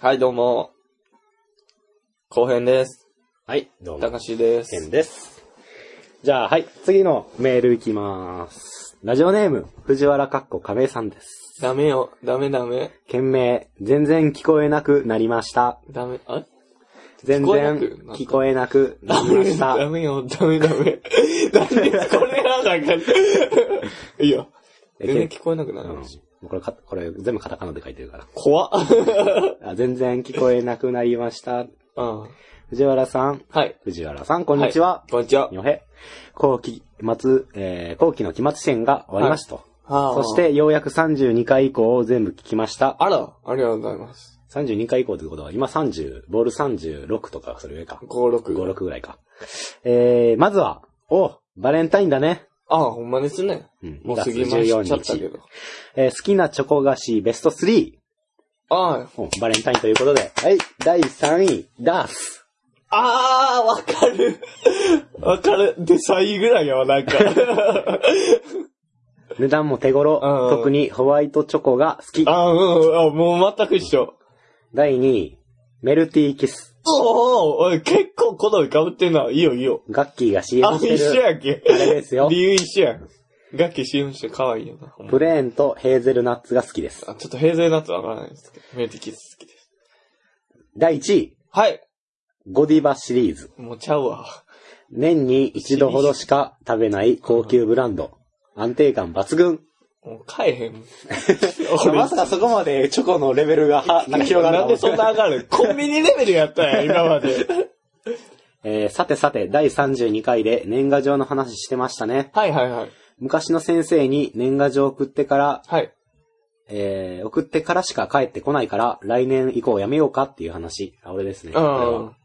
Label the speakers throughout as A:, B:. A: はい、どうも。後編です。
B: はい、どう
A: た
B: も
A: か。しです。
B: ケンです。じゃあ、はい、次のメールいきます。ラジオネーム、藤原かっこ亀井さんです。
A: ダメよ、ダメダメ、
B: 件名、全然聞こえなくなりました。
A: ダメ、あ
B: 全
A: こえな
B: 然
A: くなった
B: 聞こえなくな
A: ダ
B: りま
A: メ、
B: し た。
A: ダメよ、ダメダメ。ダメ、これなんだかん いや、
B: え
A: 全然聞こえなくな
B: うん
A: る
B: も。うこれか、これ全部カタカナで書いてるから
A: 怖っ。
B: あ全然聞こえなくなりました。
A: うん。は
B: 藤原さん、
A: い。
B: 藤原さん、こんにちは。
A: いこんにちは。
B: よへ。後期、末、えー後期の期末試験が終わりましたと。
A: あー
B: そし、て、ようやく32回以降を全部聞きました。
A: あら、ありがとうございます。
B: 32回以降ってことは、今30、ボール36とか、それ上か。
A: 5、6。
B: 56ぐらいか。えー、まずは、おバレンタインだね。
A: ああ、ほんまですね。
B: うん
A: もう過ぎましちゃったけど。
B: えー好きなチョコ菓子ベスト 3!
A: あ
B: おバレンタインということで。はい、第3位、ダース。
A: あ、ああ、わかる。わかる。で、3位ぐらいやわ、なんか。
B: 値段も手頃
A: う、ん
B: 特にホワイトチョコが好き。
A: ああ、うん、あもう全く一緒。
B: 第2位、メルティーキス。
A: おおーおい結構好み被ってんな。いいよ、いいよ。
B: ガッキーが CM
A: あ、
B: して
A: 一緒
B: る。
A: やんけ。
B: あれですよ
A: 理。由一緒やん。ガッキー CM して可愛いよな。ほんま
B: プレーンとヘーゼルナッツが好きです。
A: あちょっと平成なってわからないですけど、メルティキス好きです。
B: 第1位、
A: はい。
B: ゴディバシリーズ。
A: もうちゃうわ。
B: 年に一度ほどしか食べない高級ブランド。安定感抜群。
A: もう買えへんもん。
B: まさか そこまでチョコのレベルが、は、なんか広がる
A: なんでそんな上がるコンビニレベルやったんや、今まで。
B: えー、さてさて、第32回で年賀状の話してましたね。
A: はいはいはい。
B: 昔の先生に年賀状送ってから、
A: はい。
B: えー、送ってからしか帰ってこないから、来年以降やめようかっていう話。あ、俺ですね。
A: う
B: これは
A: ん。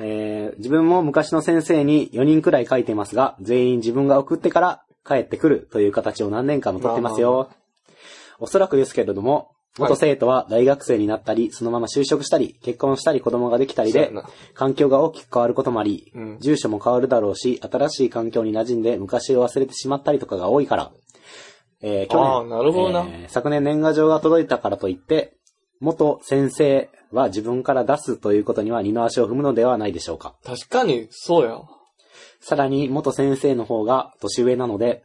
B: えー自分も昔の先生に4人くらい書いてますが、全員自分が送ってから帰ってくるという形を何年間も取ってますよ。おそらくですけれども、元生徒は大学生になったり、そのまま就職したり、結婚したり子供ができたり
A: そうや
B: で
A: な、
B: 環境が大きく変わることもあり、
A: うん
B: 住所も変わるだろうし、新しい環境に馴染んで昔を忘れてしまったりとかが多いから、えー去年
A: あーなるほどな
B: えー昨年年賀状が届いたからといって、元先生は自分から出すということには二の足を踏むのではないでしょうか。
A: 確かに、そうやわ。
B: さらに、元先生の方が年上なので、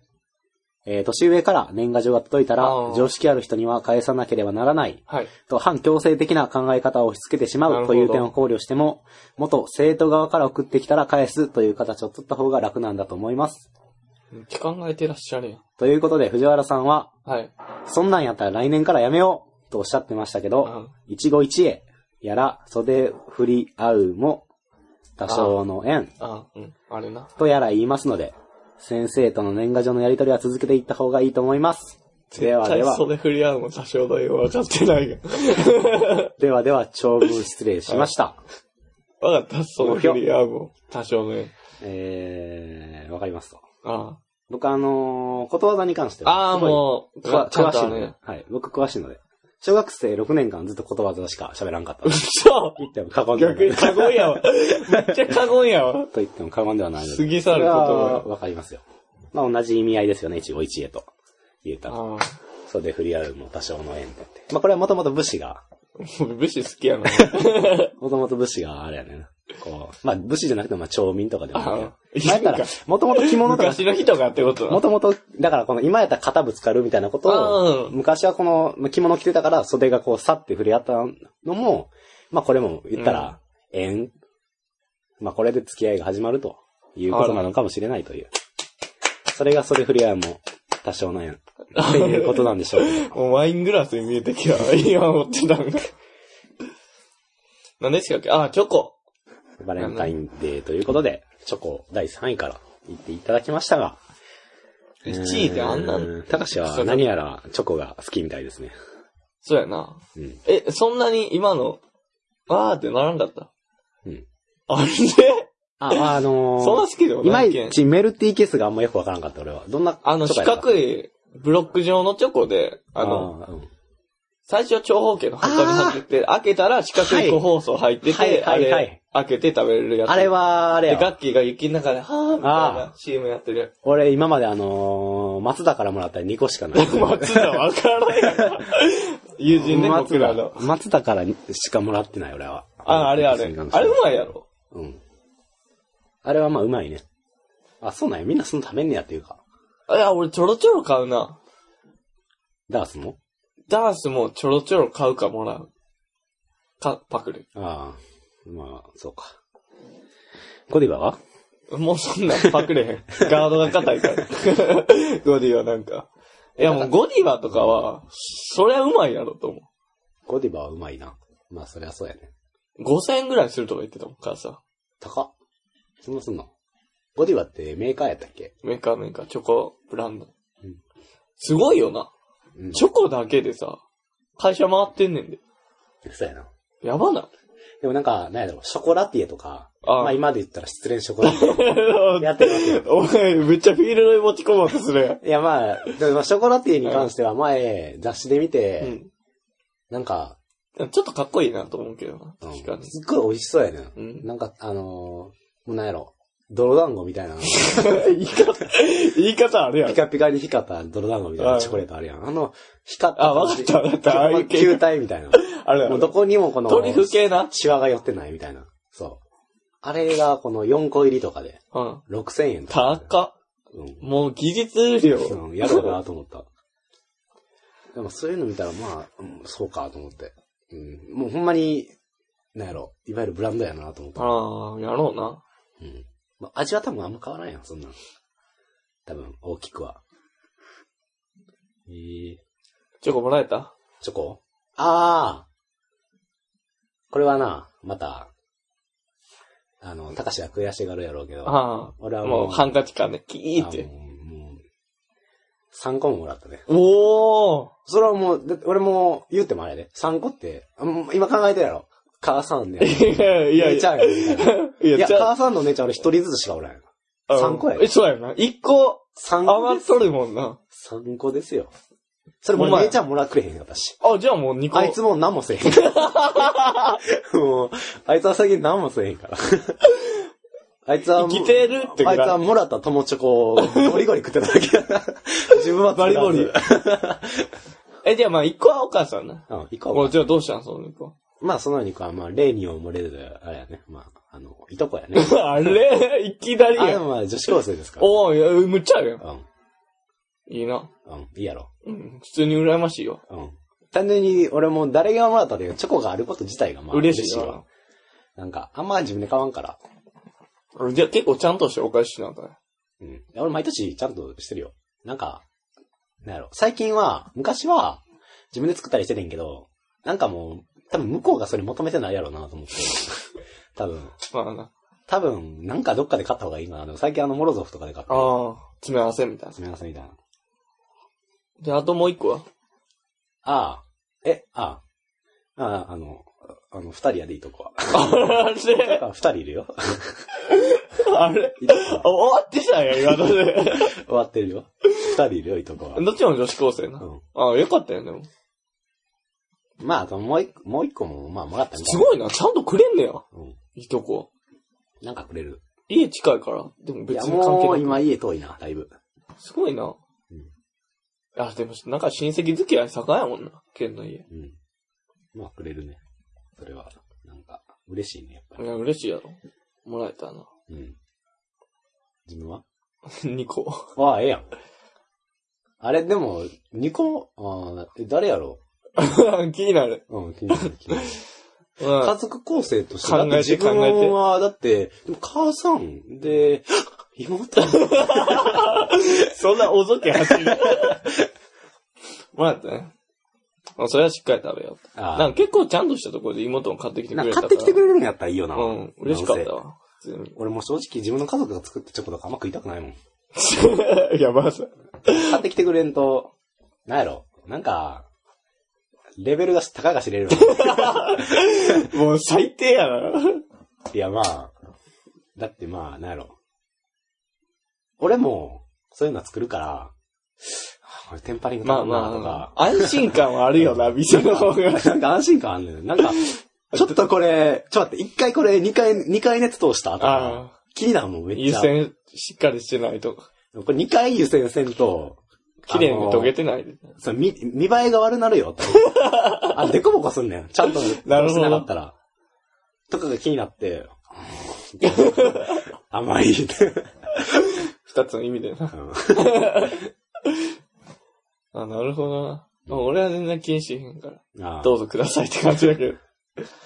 B: えー年上から年賀状が届いたら
A: あ、ー
B: 常識ある人には返さなければならない、
A: はい。
B: と反強制的な考え方を押し付けてし
A: な
B: ま
A: る
B: う
A: ほ
B: と
A: ど
B: いう点を考慮しても、元生徒側から送ってきたら返すという形を取った方が楽なんだと思います。
A: めっちゃ考えてらっしゃるやん。
B: ということで、藤原さんは、
A: はい。
B: そんなんやったら来年からやめようとおっしゃってましたけど、一期一会やら袖振り合うも多少の縁
A: あ、うん。あれな。
B: とやら言いますので、先生との年賀状のやり取りは続けていった方がいいと思います。ではでは、
A: 袖振り合うも多少だよ。分かってない よ。
B: ではでは長文失礼しました。
A: 分かった、袖振り合うも多少のよ。
B: えー、わかりますと。
A: あ
B: 僕あのーことわざに関して
A: あ。ああ、
B: はすごい
A: もう、
B: く
A: か
B: わ、
A: ちゃん
B: 詳
A: と
B: し
A: あ
B: いの
A: の
B: で
A: ね。、
B: はい、僕詳しいので。小学生6年間ずっとことわざしか喋らんか った。と
A: 嘘
B: 言っても過言ではな
A: 逆
B: い
A: に。過言 やわ。めっちゃ過言やわ。
B: と言っても過言ではないので。
A: 過ぎ去る言葉
B: わかりますよ。まあ同じ意味合いですよね、一期一会と。言うたら。
A: ああ。
B: そうで振り合うも多少の縁だって。まあこれはもともと武士が、
A: 僕、武士好きやな。
B: もともと武士があれやねんな。こう、まあ武士じゃなくてもまあ町民とかでもいい
A: ああ
B: けど。前
A: い
B: か
A: い
B: ら
A: んか、
B: もともと着物とか、
A: 昔の人がって こと
B: もともと、だからこの今やったら肩ぶつかるみたいなこと
A: ああ
B: を、昔はこのまあ着物着てたから袖がこうさって振り合ったのも、まあこれも言ったら、縁。まあこれで付き合いが始まるということなのかもしれないという。それが袖振り合いも多少の縁。っていうことなんでしょう けど。
A: もうワイングラスに見えてきた。今持ってたんか。何でしたっけああ、チョコ。
B: バレンタインデーということで、チョコ第3位から言っていただきましたが。
A: 1位ってあんな
B: うんん高しは何やらチョコが好きみたいですね。
A: そうやな。
B: うん。
A: え、そんなに今の、わーってならんかった
B: うん。
A: あれ
B: あ、あのー
A: そんな好きでも
B: いま
A: ないけん
B: い。ちメルティーケースがあんまよくわからんかった俺は。どんな
A: あの、
B: チ
A: 四
B: ョコやった
A: 角いブロック状のチョコで、あの、、
B: ーうん
A: 最初長方形の箱に入ってて、開けたら四角い個包装入ってて、
B: はい
A: あ
B: はいは
A: れ
B: い、
A: 開けて食べるやつ。
B: あれは、あれ
A: で、
B: や
A: ガ
B: わ。
A: ッキーが雪の中で、はぁ、みたい
B: あ
A: な CM やってるやつ。
B: 俺今まであのー、松田からもらった2個しかな い。
A: 松田わからない やん友人ね、僕
B: 松
A: ら
B: 田
A: の。
B: 松田からしかもらってない、俺は。
A: あ、あれあれ。あれうまいやろ。
B: うん。あれはまあうまいね。あ、そうなんや。みんなその食べんねやっていうか。
A: いや、俺ちょろちょろ買うな。
B: ダースも
A: ダースもちょろちょろ買うかもらう。か、パクる。
B: ああ、まあ、そうか。コディバは
A: もうそんなんパクれへん。 ガードが硬いから。 ゴディはなんか。いやもうゴディバとかは、そりゃうまいやろと思
B: コディバはうまいな。まあ、そりゃそうやね。
A: う。5000円ぐらいするとか言ってたもん、母さん。
B: 高っ。そんなすんのコディバってメーカーやったっけ
A: メーカーメーカー、チョコブランド
B: うん。
A: すごいよな。
B: うん。
A: チョコだけでさ、会社回ってんねんで。
B: そうやな。
A: や ばな。
B: でもなんか、なんやろ、ショコラティエとか、
A: ああ
B: まあ今で言ったら失恋ショコラテ ィエやってますよ。
A: お前、めっちゃフィールドに持ち込もうとするやん。
B: いやまあ、でもショコラティエに関しては前、雑誌で見て、
A: うん。
B: なんか、
A: でもちょっとかっこいいなと思うけどな。
B: うん
A: 確かに。
B: すっごい美味しそうやね、
A: うん
B: ん。なんか、あのー、もうなんやろ、泥団子みたいな、ピ
A: 言い方、言い方あるやん。
B: カピカに光った泥団子みたい
A: は
B: ないチョコレートあるやん。あの、光った
A: あ、わかったわかった。ああいう系。
B: 球体みたいな。
A: あれ
B: もうどこにもこの、
A: トリュフ系な。
B: シワが寄ってないみたいな。そう。あれがこの4個入りとかで、
A: うん。
B: 6000円とか。
A: 高っ。
B: うん。
A: もう技術量。
B: うん、やろうなと思った。 でもそういうの見たら、まあ、うんそうかと思って。うん、もうほんまに、なんやろ、いわゆるブランドやなと思った。
A: ああ、やろうな。
B: うん。まあ、味は多分あんま変わらんやん、そんなん。多分、大きくは。えー、
A: チョコもらえた
B: チョコああこれはな、また、あの、高しは悔しがるやろうけど、
A: あ
B: 俺
A: あ。
B: はも
A: も
B: う、
A: うハンカチかね。キーっ
B: あ
A: て。
B: もうもう、3個ももらったね。
A: おお
B: それはもう、だ俺も言うてもあれやで。3個って、あもう今考えてるやろ。母さん ね。
A: いやいや
B: 姉
A: い
B: ちゃん
A: や。
B: やねみたいな。
A: い
B: いや、
A: ちゃ
B: 母さんの姉ちゃん俺一人ずつしかおらんや
A: う
B: ん。
A: ん
B: 三個や
A: え、そうやな。一個
B: 3個
A: 余
B: で
A: っ
B: す。
A: とるもんな。
B: 3個ですよ。それ
A: お
B: も
A: 前
B: 姉ちゃんもらくれへんかったし。
A: あ、じゃあもう二個。
B: あいつも何 もせえへん。もう、あいつは最近何もせえへんから。あいつは、
A: 生きてるってぐ
B: あ
A: ら
B: い
A: い
B: つはもらった友チョコをゴリゴリ食ってただけや な。自分は
A: バリバリ。え、じゃあまあ一個はお母さんな。
B: うん、行こうか
A: もうじゃあどうしたんその一個。
B: まあ、そのようにか、まあ、例に漏れる、あれやね。まあ、あの、いとこやね。
A: あれ いきなり
B: あ、で
A: や。
B: もまあ、女子高生ですから。
A: おおいや、むっちゃあるやん。
B: うん。
A: いいな。
B: うん。いいやろ。
A: うん。普通に羨ましいよ。
B: うん。単純に、俺も誰がもらったというチョコがあること自体がまあ、
A: 嬉しい
B: わ
A: な。
B: なんか、あんま自分で買わんから。
A: 俺じゃあ結構ちゃんとしてお返ししなんだね。
B: うん。俺毎年ちゃんとしてるよ。なんか、なんやろ。最近は、昔は、自分で作ったりしててんけど、なんかもう、多分向こうがそれ求めてないやろうな と思って。多分。
A: まあな。
B: 多分、なんかどっかで買った方がいいかな。でも最近あの、モロゾフとかで買って。
A: ああ、詰め合わせみたいな。
B: すみません、みたいな。
A: で、あともう一個は
B: ああ、え、ああ、ああ、あの、あの、二人やでいいとこは。
A: あれ
B: あ、二人いるよ。
A: あれ
B: いいとこは
A: あ終わってたんや、今の で。
B: 終わってるよ。二人いるよ、いいとこは。
A: どっちも女子高生な。
B: う
A: ああ、よかったよ、でも。
B: ん。まあ、あともう一個、もう一個も、まあ、もらったみたい
A: すごいな、ちゃんとくれんねや。
B: うん。
A: いいとこ。
B: なんかくれる。
A: 家近いから。でも
B: い
A: 別
B: や、
A: に関
B: もう
A: 係ない。
B: 今家遠いな、だいぶ。
A: すごいな。
B: ん
A: あ、でも、なんか親戚付き合い盛んやもんな。県の家。い
B: うん。まあ、くれるね。それは、なんか、嬉しいね、やっぱり。
A: や、嬉しいやろ。もらえたな。
B: うん。自分は
A: 2個。
B: ああ、ええやん。あれ、でも、二個、ああ、え誰やろ
A: 気になる。
B: ううん、気になる、気になる。
A: うん。
B: 家族構成として、
A: 考えて
B: だって自分は、だって、でも母さんで、 妹
A: そんなおぞけ走 る。もらったね。あそれはしっかり食べよう。
B: あ
A: なんか結構ちゃんとしたところで妹も買ってきてく
B: な
A: れ
B: ん
A: たか。
B: から買ってきてくれるんやったらいいよな。
A: うん、嬉しかったわ。普通
B: 俺もう正直自分の家族が作ったチョコとかあんま食いたくないもん。
A: に。いや、まず。
B: 買ってきてくれんと、 なんやろ、なんか、レベルが高が知れ るわ。
A: もう最低やな。
B: いやまあ、だってまあ、なんやろ。俺も、そういうのは作るから、これテンパリング
A: まあ
B: 頼むなとか
A: まあ、安心感はあるよな、店の方が。
B: なんか安心感あんねん。なんか、 ちょっとこれ、ちょっと待って、一回これ、二回、二回熱通した後が、
A: ああ、
B: 気になるもん、めっ
A: 湯
B: ちゃ。
A: 煎しっかりしてないと。
B: これ二回湯煎せんと、
A: 綺麗に溶け
B: て。
A: てないで。
B: そう、見、見栄えが悪なる よ、とあ、デコボコすんねん。ちゃんと、し
A: なるほど
B: なかったら。とかが気にな って、甘い。
A: 二つの意味でな。
B: うん
A: あ、なるほどな。まあ俺は全然気にしへんから。
B: ああ
A: どうぞくださいって感じだけど。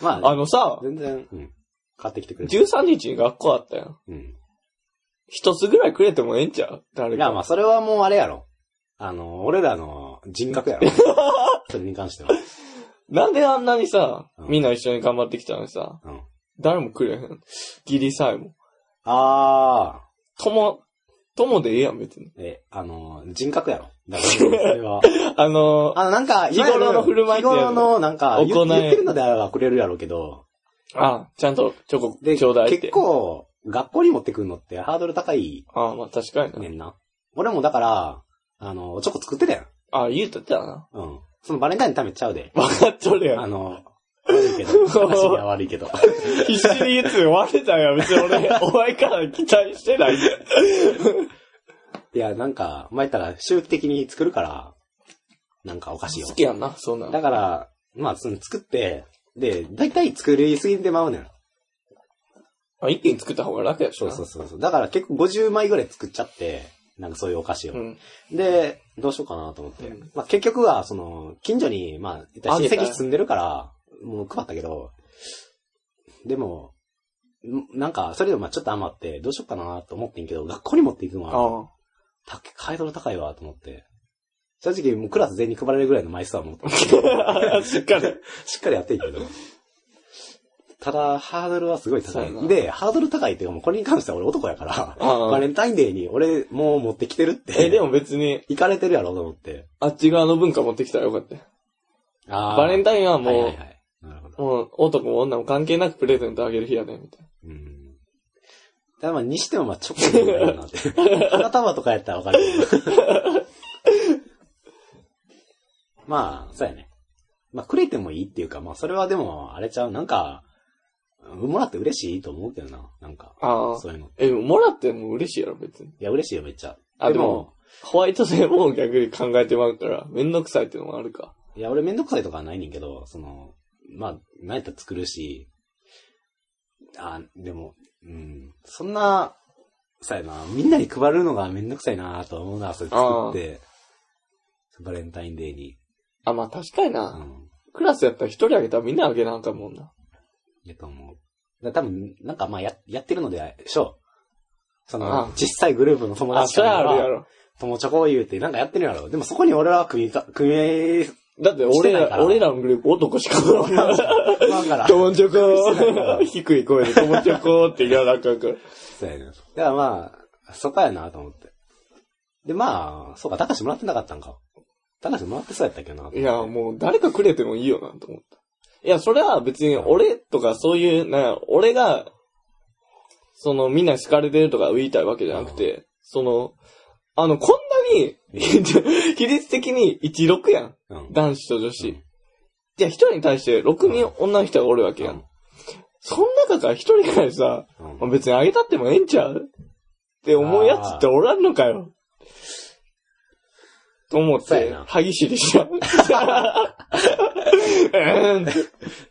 B: ま あ、
A: あのさ、
B: 全然、うん。買ってきてくれる。
A: 13日に学校あったやん。
B: うん。
A: 一つぐらいくれてもええんちゃう誰
B: いや、
A: か。
B: まあ、それはもうあれやろ。あの、俺らの人格 やろ。それに関しては。
A: なんであんなにさ
B: う、ん
A: みんな一緒に頑張ってきたのにさ、
B: うん。
A: 誰もくれへん。ギリさえも。
B: あ
A: とも、ともでええやん、別に。
B: ー、え、あの、人格やろ。だから、それは。
A: あのー、
B: あの、なんか、
A: 日頃の振る舞い
B: 日
A: ってやつ
B: 頃の、なんか、言
A: 行い
B: 言ってるのであればくれるやろうけど、
A: あ、ちゃんとチョコ
B: で、
A: ちょうだいって。
B: 結構、学校に持ってくるのってハードル高い
A: あまあ確かにな。
B: ねんな。俺もだから、あの、チョコ作ってたやん。
A: あ言うとったよな。
B: うん。そのバレンタインのためちゃうで。
A: 分かっとるや
B: あ
A: ん。
B: の、悪いけ ど。話が悪いけど。
A: 必死に言うつ割れたんや、別に 俺。お前から期待してないで。
B: いや、なんか、前言ったら、周期的に作るから、なんかおかしいよ
A: 好。きやんな、そんなん。
B: だから、まあ、その作って、で、大体作りすぎてまうねん。
A: あ、一気に作った方が楽やし
B: そ
A: な。
B: うそうそうそう。だから結構50枚ぐらい作っちゃって、なんかそういうお菓子を。
A: うん。
B: で、どうしようかなと思って。
A: うん
B: まあ結局は、その、近所に、まあ、言ったら
A: あげ
B: 親
A: た
B: 戚住んでるから、もう配ったけど、でも、んなんか、それでもまあちょっと余って、どうしようかなと思ってんけど、学校に持っていくの
A: あ
B: は、
A: あ。
B: たっけ、ハイドル高いわと思って。正直、もうクラス全員に配られるぐらいの枚数はも う、
A: しっかり。
B: しっかりやってんけど。ただ、ハードルはすごい高。
A: そうやない
B: で、ハードル高いっていうか、もうこれに関しては俺男やから、
A: ああ
B: バレンタインデーに俺もう持ってきてるって。
A: え、でも別に、
B: 行かれてるやろと思って。
A: あっち側の文化持ってきたらよかったよ。
B: あ
A: バレン
B: タ
A: タインはもう、
B: はいはいはい。なるほど。
A: もう男も女も関係なくプレゼントあげる日やね、みたい
B: うん。ただまあ、にしてもまあ、チョコレートだなって。 花束とかやったらわかるけど。 まあ、そうやね。まあ、くれてもいいっていうか、まあ、それはでも、あれちゃう。なんか、うんもらって嬉しいと思うけどな。なんか、
A: な。ああ。
B: そういうの。
A: え、でももらっても嬉しいやろ、別に。
B: いや、嬉しいよ、めっちゃ。
A: あ、でも、ホワイトデーも逆に考えてまうから、めんどくさいっていうのもあるか。
B: いや、俺めんどくさいとかはないねんけど、その、まあ、何やったら作るし、あ、でも、うん、そんな、さやな、みんなに配るのがめんどくさいなと思うな、それ作って、バレンタインデーに。
A: あ、まあ確かに
B: う
A: な。
B: ん、
A: クラスやったら一人あげたらみんなあげなあかんもんな。
B: やと思う。だ多分、なんかまあや、やってるのでしょう。そ
A: ああ
B: の、小さいグループの友
A: あ、
B: 達
A: それはあるやろ。
B: 友チョコ言うてなんかやってるやろ。でもそこに俺らは組みか、組み合い、
A: だって
B: して
A: 俺、
B: ないからら
A: 俺らのグループ男しかおらん から。
B: まあか ら。
A: トモチョ
B: してないから
A: コ 低い声でトモチョコって言わなあかんから。
B: そうやね。だからまあ、そこやなと思って。で、まあ、そうか、高橋もらってなかったんか。高橋もらってそうやったっけどな。
A: いや、もう誰かくれてもいいよなと思った。いや、それは別に俺とかそういう、なんや俺が、そのみんなに好かれてるとか言いたいわけじゃなくて、その、あの、こんなに、 比率的に16やん。
B: うん。
A: 男子と女子。
B: うん
A: じゃあ一人に対して6人女の人がおるわけやん。その中から一人くらいさ、
B: うん
A: まあ別にあげたってもええんちゃうって思うやつっておらんのかよ。と思っ
B: そう
A: て
B: やな、
A: 歯ぎしりしちゃう。 えーんって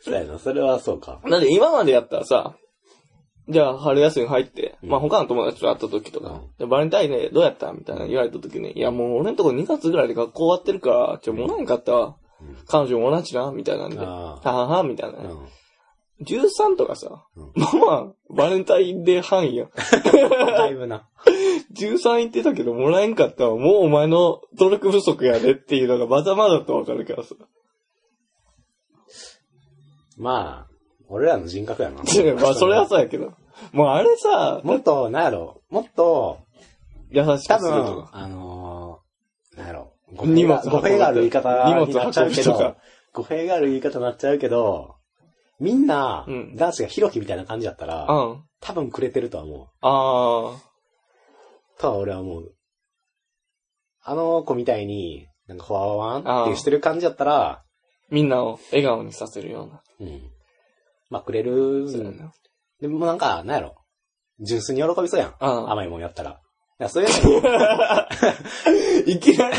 B: そうやな、それはそうか。
A: なんで今までやったらさ、じゃあ春休み入って、
B: うん
A: まあ他の友達と会った時と
B: う
A: か
B: ん、
A: でバレンタインでどうやったみたいな言われた時に、いやもう俺んとこ2月ぐらいで学校終わってるから、ちょ、もらえんかったわ
B: うん。
A: 彼女も同じな、みたいなんで。は
B: ああ。
A: はは、みたいな
B: う。ん。
A: 13とかさ、
B: うん
A: まあまあ、バレンタインデー範囲やん。
B: だいぶな。
A: 13言ってたけどもらえんかったわ。もうお前の努力不足やでっていうのがまざまざとわかるからさ。
B: まあ、俺らの人格やな。
A: まあそれはそうやけど。もうあれさ、
B: もっと、なんやろ、もっと、
A: 優し
B: 多
A: くすると
B: 分
A: か、。
B: あのー、なんやろ、語
A: 荷
B: 弊
A: 物運
B: が
A: ぶ
B: 語弊がある言い方
A: 荷物運ぶ
B: になっちゃうけ
A: とか
B: ど、語弊がある言い方になっちゃうけど、みんな
A: う、ん
B: 男子がヒロキみたいな感じだった
A: う
B: ら、
A: ん。
B: 多分くれてるとは思う。
A: あ
B: とは俺は思う。あの子みたいに、なんか、ほわわわんってしてる感じだったら、
A: ーみんなを笑顔にさせるような。
B: うん。まあくれる
A: そうやな。
B: でもなんか、なんやろ。純粋に喜びそうやん。
A: ああ。
B: 甘いもんやったら。だからそういうの
A: いきなり、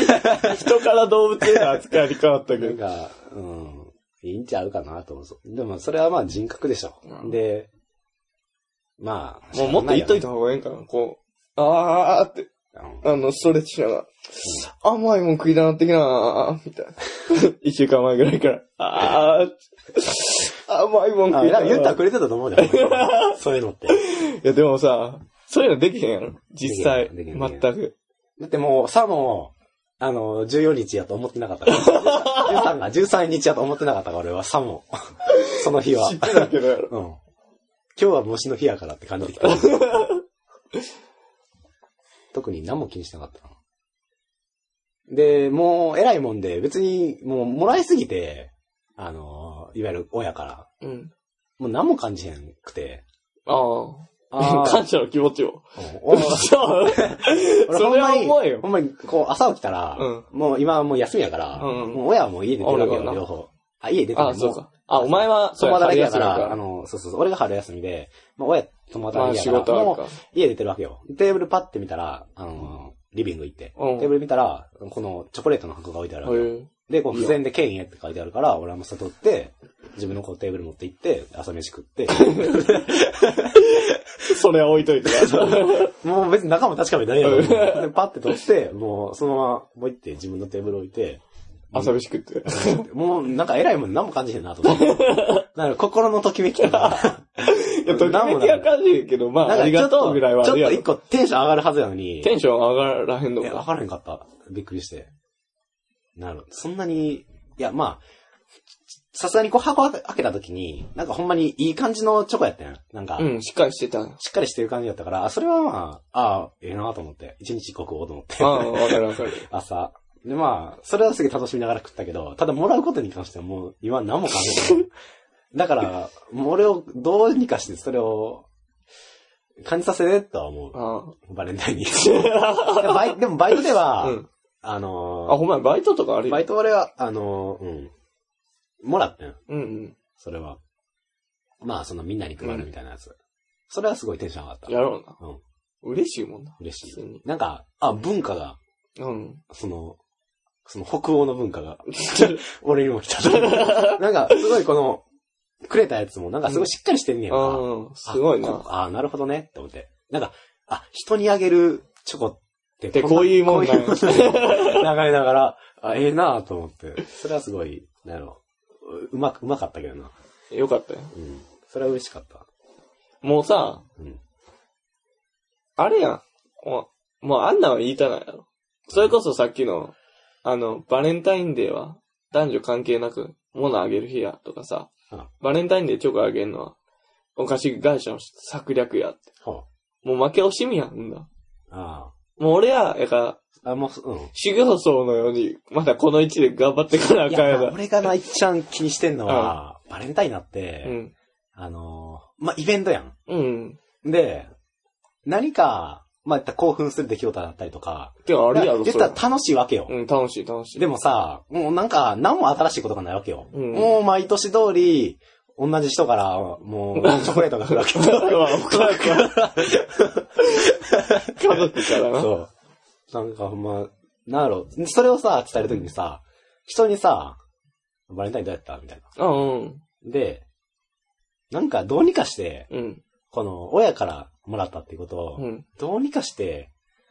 A: 人から動物への扱いに変わったけ
B: なん
A: ど。
B: か、うん、いいんちゃうかなと思うそう。でもそれはまあ人格でしょ。
A: うん
B: で、まあ、
A: もうもっと言っとい
B: た。
A: た方がいいんかな、こう。あーって、
B: うん
A: あの、ストレッチしながら。甘いもん食いたなってきなーみたいな。 一週間前ぐらいから。あーって甘いもん
B: あ、
A: 食い
B: な
A: たいな
B: んか言ったらくれてたと思うじゃん。 そういうのって。
A: いや、でもさ、そういうのできへんやろ実際。
B: できへんできへん
A: 全く。
B: だってもう、さも、あの、14日やと思ってなかったから。13が、13日やと思ってなかったから、俺は、さも。 その日は
A: 知っ。てたけどやろ。
B: うん。今日は虫の日やからって感じてきた。特に何も気にしてなかったな。で、もう、偉いもんで、別に、もう、もらいすぎて、あの、いわゆる親から、
A: うん。
B: もう何も感じへんくて。
A: ああ。
B: あ
A: 感謝の気持ちを。
B: お
A: そう。
B: 俺
A: そ
B: ほん
A: れ
B: ま
A: は
B: に、
A: 思えよ
B: ほ。んまに、こう、朝起きたら、
A: うん
B: もう今はもう休みやから、
A: うんうん
B: もう親はもう家出てるわけ
A: 俺は
B: よ、
A: な
B: 両方。あ、家出てる
A: ああ、そうか。あ、お前は、
B: 友達だけや
A: そ
B: か
A: うや
B: ら、あの、そうそうそう、俺が春休みで、まあ親、
A: ま
B: 友
A: あ、
B: 達
A: 仕
B: だけやか
A: 事
B: ら、
A: ある
B: もう
A: か。
B: 家出てるわけよ。テーブルパッて見たら、あの、リビング行って、
A: うん
B: テーブル見たら、このチョコレートの箱が置いてあるわけよ。
A: へえ
B: で、こう、付箋でケインへって書いてあるから、俺はもう悟って、自分のこうテーブル持って行って、朝飯 食って、
A: それは置いと いて。
B: もう別に中も確かめないやろ。
A: うん
B: でパッて取って、もうそのまま、もう行って自分のテーブル置いて、
A: 朝飯食って。
B: もうなんか偉いもん何も感じへんなと思って。なんか心のときめきと か。
A: いや、ときめきは感じるけど、まあ、
B: な
A: あ
B: ん
A: り
B: かちょ
A: が
B: っと、
A: とうぐらいは
B: ち
A: あ
B: ょっ
A: るや
B: と
A: ろ
B: 一。個テンション上がるはずやのに。
A: テンション上がらへんの
B: いや、上
A: か。
B: がらへんかった。びっくりして。なるそんなに、いや、まあ、さすがにこう箱開けた時に、なんかほんまにいい感じのチョコやったやん。なんか、
A: うん、しっかりしてた。あ
B: しっかりしてる感じだったから、あそれはまあ、ああ、ええなと思って。一日一個食おうと思って。
A: あ、わかるわかる。
B: 朝。で、まあ、それはすげえ楽しみながら食ったけど、ただもらうことに関してはもう今何も考えてない。 だから、もう俺をどうにかしてそれを感じさせねとは思
A: あ
B: う。バレンタイ ンに。でもバイでもバイトで
A: あ。
B: は、
A: うん。
B: あ
A: あ、
B: の
A: ほんまやバイトとかある
B: ー、
A: よ
B: バイト俺は、あのー、うん。もらったよ。
A: うんうん。
B: それは。まあ、そのみんなに配るみたいなやつ。それはすごいテンション上がった。
A: やろうな。
B: うん
A: 嬉しいもんな。
B: 嬉し
A: 普通に
B: い。なんか、あ、文化が、
A: うん。
B: その、その北欧の文 化が、俺にも来たと。なんか、すごいこの、くれたやつも、なんかすごいしっかりしてんねやんか。
A: うん、すごい
B: あこ
A: な。
B: あなるほどね、って思って。なんか、あ、人にあげるチョコって
A: で、
B: ん
A: こういうもん
B: こ
A: だ
B: ういうもんだ流れながら、あ、ええなぁと思って。それはすごい、なんやろう。うまく、うまかったけどな。
A: よかったよ。
B: うん。それは嬉しかった。
A: もうさ、
B: うん。
A: あれやん。もう、もうあんなんは言いたないやろ。それこそさっきの、あの、バレンタインデーは、男女関係なく、物あげる日や、とかさ
B: うん、
A: バレンタインデーチョコあげるのは、お菓子会社の策略やって。
B: ほ
A: もう負け惜しみやんだ。
B: う。あ
A: もう俺や、やから、
B: あ。あ、もうそ、うん。
A: 修行僧のように、まだこの位置で頑張っていかなあ
B: い
A: かんや
B: や、
A: な。
B: 俺がな、いっちゃん気にしてんのは、バレンタインなって、
A: うん。
B: あのー、まあ、イベントやん。
A: うん。
B: で、何か、まあ、言ったら興奮する出来事だったりとか、
A: でもあれやろ、
B: 言っ
A: そ
B: た
A: れ。
B: ら楽しいわけよ。
A: うん、楽しい、楽しい。
B: でもさ、もうなんか、何も新しいことがないわけよ。
A: うん
B: もう毎年通り、同じ人から、も う、チョコレートが来るわけよ。
A: は、お母さん。家族からな。
B: そう。なんかほんま、なんやろ。それをさ、伝えるときにさ、人にさ、バレンタインどうやったみたい
A: うん、
B: な。で、なんかどうにかして、
A: うん。
B: この、親からもらったってこと
A: う
B: を、
A: ん。
B: どうにかして、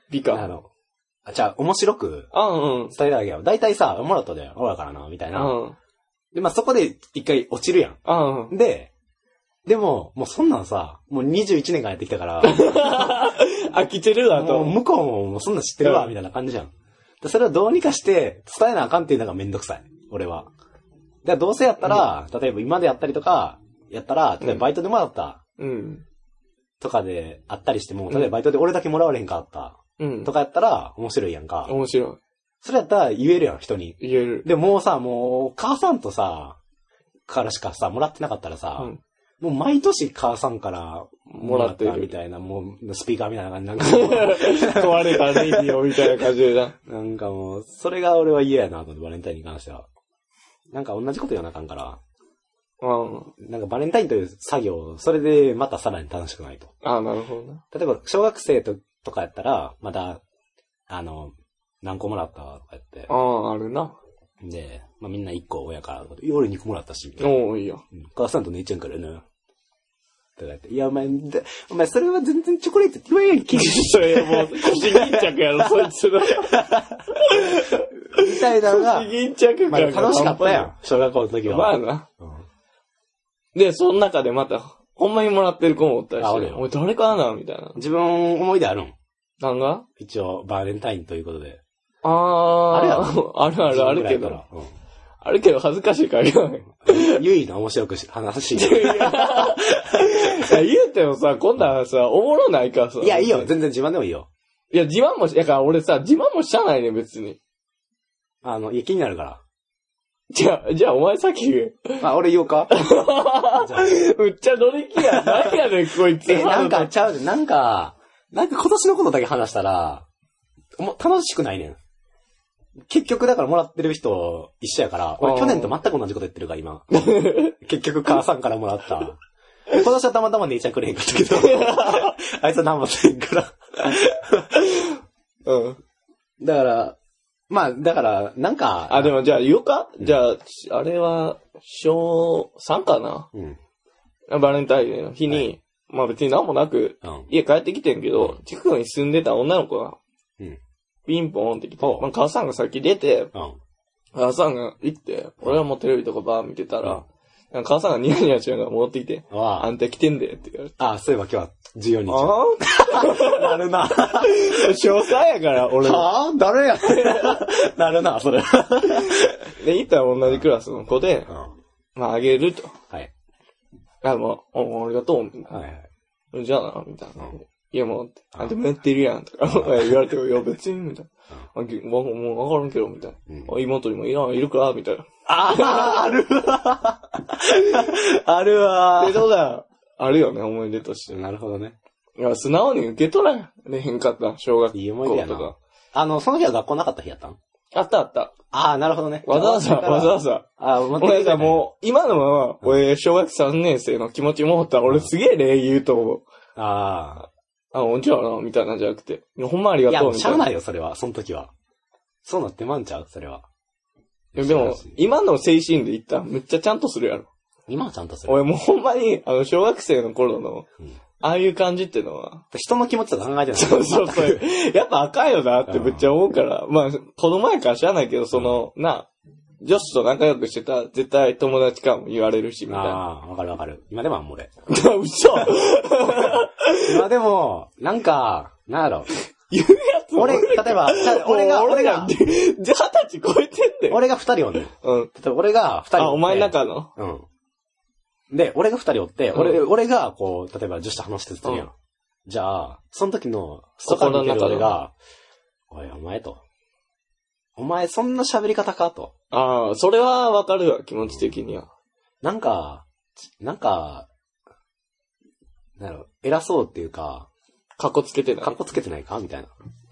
A: 美
B: あ
A: 化。
B: の、あ、じゃあ、面白く
A: あ、うん。
B: 伝えたわけよ。大体さ、もらったで、親からな、みたいな。
A: うん。
B: で、まあ、そこで一回落ちるやん。
A: うん。
B: で、でも、もうそんなんさ、もう21年間やってきた から、
A: 飽きてるわ、
B: もう
A: と。
B: 向こうももうそんなん知ってるわ、
A: うん
B: みたいな感じじゃん。でそれをどうにかして伝えなあかんっていうのがめんどくさい。俺は。で、どうせやったら、例えば今でやったりとか、やったら、例えばバイトでもらった
A: うん。
B: とかであったりしても、
A: うん
B: 例えばバイトで俺だけもらわれへんかった
A: うん
B: と。かやったら面白いやんか。
A: 面白
B: それやったら言えるやん、人に。
A: い。言える。
B: で、もうさ、もう、母さんとさ、からしかさ、もらってなかったらさ、
A: うん
B: もう毎年母さんからもらって
A: もらってる
B: るみたいな、もうスピーカーみたいな感じなんか、
A: 壊れたレイディオみたいな感じでな。
B: なんかもう、それが俺は嫌やなと思って、バレンタインに関しては。なんか同じこと言わなあかんから、
A: うん。
B: なんかバレンタインという作業、それでまたさらに楽しくないと。
A: ああ、なるほどな。
B: 例えば、小学生ととかやったら、また、あの、何個もらったとかやって
A: あ、あ、あるな。
B: で、まあみんな1個親から、いや俺2個もらったし、みたいな。
A: おー、いいや。
B: うん母さんと姉ちゃんからな。とか言って、いや、お前、でお前、それは全然チョコレートって言わんやんけ。み
A: それもう、腰巾着やろ、そいつの。
B: たいなのが
A: 腰、巾着
B: まあ
A: 感が
B: 楽しかったやん。小学校の時
A: 半端ない。まあ
B: は。
A: な。
B: うん
A: で、その中でまた、ほんまにもらってる子もおったり
B: あ
A: し
B: おる
A: て、
B: よ
A: おい、誰かなみたいな。
B: 自分、思い出あるん
A: なんが
B: 一応、バレンタインということで。
A: あー。
B: あるや
A: あるあるあるけ
B: 自分ぐらい
A: ど。
B: から。うん
A: あるけど恥ずかしいから言わない。
B: ゆいの面白くし話し
A: いや言うてもさ、今度はさ、おもろないからさ。
B: いや、いいよ。。全然自慢でもいいよ。
A: いや、自慢もし、やから俺さ、自慢もしちゃないね、別に。
B: あの、いや、気になるから。
A: じゃあ、じゃあお前さっき言え。
B: あ、俺言おうかじゃあ
A: むっちゃ乗り気や。何やねん、こいつ。
B: え、なんか、ちゃうで、なんか、なんか今年のことだけ話したら、もう楽しくないねん。結局だからもらってる人一緒やから、
A: あ
B: 俺
A: ー
B: 去年と全く同じこと言ってるから今。 結局母さんからもらった。今年はたまたま姉ちゃんくれへんかったけ ど、あいつは何もせんから。
A: うん。
B: だから、まあ、だから、なんか、
A: あ、でもじゃあ言おうかじゃあ、あれは、小3かな
B: うん、うん、
A: バレンタインデーの日に、
B: はい
A: まあ別に何もなく、家帰ってきてんけど
B: う、
A: 地区に住んでた女の子が、
B: うん
A: ピンポンって来て、
B: ほう
A: まあ母さんがさっき出て、
B: うん。
A: 母さんが行って、俺はもうテレビとかバーン見てた
B: うん
A: ら、なんか母さんがニヤニヤしながら戻ってきて、
B: わ
A: あんた来てんでって言われて。
B: あ、あ、そういえば今日は14日。
A: あ
B: なる な。
A: あ小3やから、俺。
B: はぁ誰や なるな、それ。
A: で、行ったら同じクラスの子で
B: う、ん。は
A: まああげると。
B: い。
A: あ、もう、おありがとう、みたいな
B: はいはい。
A: じゃあな、みたいな
B: うん。
A: いや、もう、あ
B: うん
A: んたもやってるやん、とか言われても、いや、別に、みたいな。あ、ぎもう、もうわからんけど、みたい
B: うん
A: な。あ、妹にもいらん、いるか、みたいな。
B: ああ、あるわ。あるわ
A: で、。どうだあるよね、思い出として。
B: なるほどね。
A: いや、素直に受け取らんれへんかった、小学
B: いい思い出
A: 校
B: や
A: と
B: な
A: か。。
B: あの、その日は学校なかった日やったん
A: あったあった。
B: ああ、なるほどね。
A: わざわざ、わざわざ。
B: あー、
A: 俺さ、もう、今のまま、俺、小学3年生の気持ちもったら、俺すげえ礼言うと思う。
B: う。あ
A: あ、おんちはな、みたいなんじゃなくて。いやほんまあり
B: あ。い
A: が
B: や、
A: と
B: も
A: う、
B: う
A: み
B: したゃあ
A: いな。
B: ないよ、それは。その時は。そうなってまんちゃうそれは。
A: いやでも
B: 知らんし、
A: 今の精神で言ったら、めっちゃちゃんとするやろ。
B: 今はちゃんとする。
A: 俺もうほんまに、あの、小学生の頃の
B: うん、
A: ああいう感じってのは、
B: 人の気持ちとか考えてない。
A: そうそう そう。やっぱ赤いよなってぶっちゃ思うから、まあ、子供やから知らないけど、その、な、女子と仲良くしてたら、絶対友達かも言われるし、みたいな。
B: ああ、わかるわかる。今でもあんま 俺。
A: 嘘
B: まあでも、なんか、なんやろ。
A: 言うやつ
B: 俺、例え ば、じゃあ俺が、俺が
A: 二、十歳超えてんだよ。
B: 俺が二人おんねん。例
A: うん。
B: えば俺が二人おって。
A: あ、お前の中の。
B: うん。で、俺が二人おって、
A: うん
B: 俺、俺が、こう、例えば女子と話してたや
A: うん
B: ん。じゃあ、その時の、外から見てる俺が、おい、お前と。お前、そんな喋り方かと。
A: ああ、それはわかるわ、気持ち的には。
B: なんか、ちなんか、なんやろ、偉そうっていうか、
A: かっこつけてない。
B: 格好つけてないかみたいな。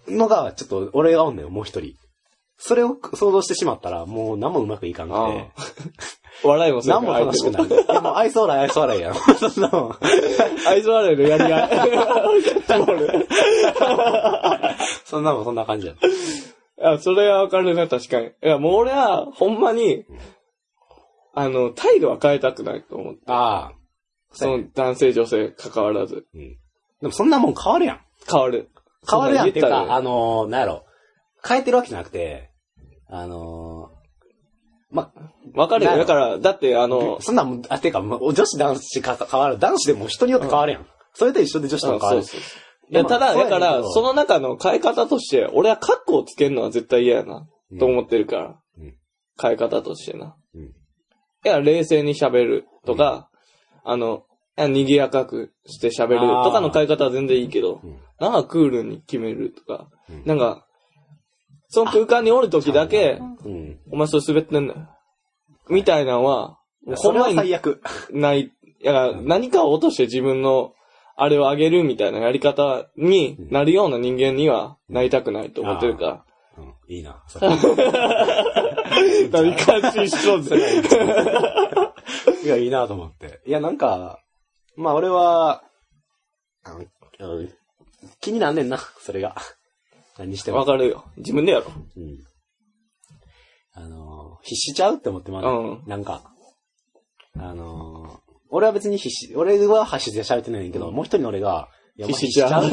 B: のが、ちょっと、俺がおんねん、もう一人。それを想像してしまったら、もう何もうまくいかんくて。
A: 笑いもする
B: 何も楽しくない。いやもう愛想笑い、愛想笑いやん。 そんなもん。
A: 愛想笑いのやり 合い。
B: そんなもん、そんな感じやん。
A: あ、それはわかるな、確かに。いや、もう俺は、ほんまに、あの、態度は変えたくないと思う。
B: ああ。
A: その、男性、女性、関わらず。
B: うん。でもそんなもん変わるやん。
A: 変わる。
B: 変わるやんっていう
A: そんな
B: か、
A: ん言
B: あのー、なんやろ。変えてるわけじゃなくて、あのー、ま、
A: ったらわかるよ。だから、だって、あの、
B: そんなんも、あ、てか、ま女子男子か変わる。男子でも人によって変わるやん。それと一緒で女子とも変わ
A: そう
B: る。
A: そう。いや、ただ、だから、その中の変え方として、俺はカッコをつけるのは絶対嫌やな、
B: の
A: と思ってるから
B: うん。
A: 変え方としてな。
B: うん
A: いや、冷静に喋るとか、あの、いや賑やかくして喋るとかの変え方は全然いいけど
B: う、ん。
A: なんかクールに決めるとか
B: うん、
A: なんか、その空間におる時だけ、
B: うん。
A: お前それ滑ってんだよ。みたいなのは、ほ
B: そ
A: ん
B: れ
A: ま
B: は
A: に
B: 最悪。
A: ない、いや、何かを落として自分の、あれを上げるみたいなやり方になるような人間にはなりたくないと思ってるから。
B: うん。いいな。 それ
A: 何かし一緒で。
B: いや、いいなと思って。いや、なんか、まあ俺は、あのうん気になんねんな、それが。何しても。
A: わかるよ。自分でやろ。
B: うん。あのー、必死ちゃうって思ってま
A: う
B: す。
A: ん。
B: なんか、あのー、俺は別に必死、俺は必死で喋ってないねんけど、もう一人の俺が、いやお前
A: 必死ちゃう。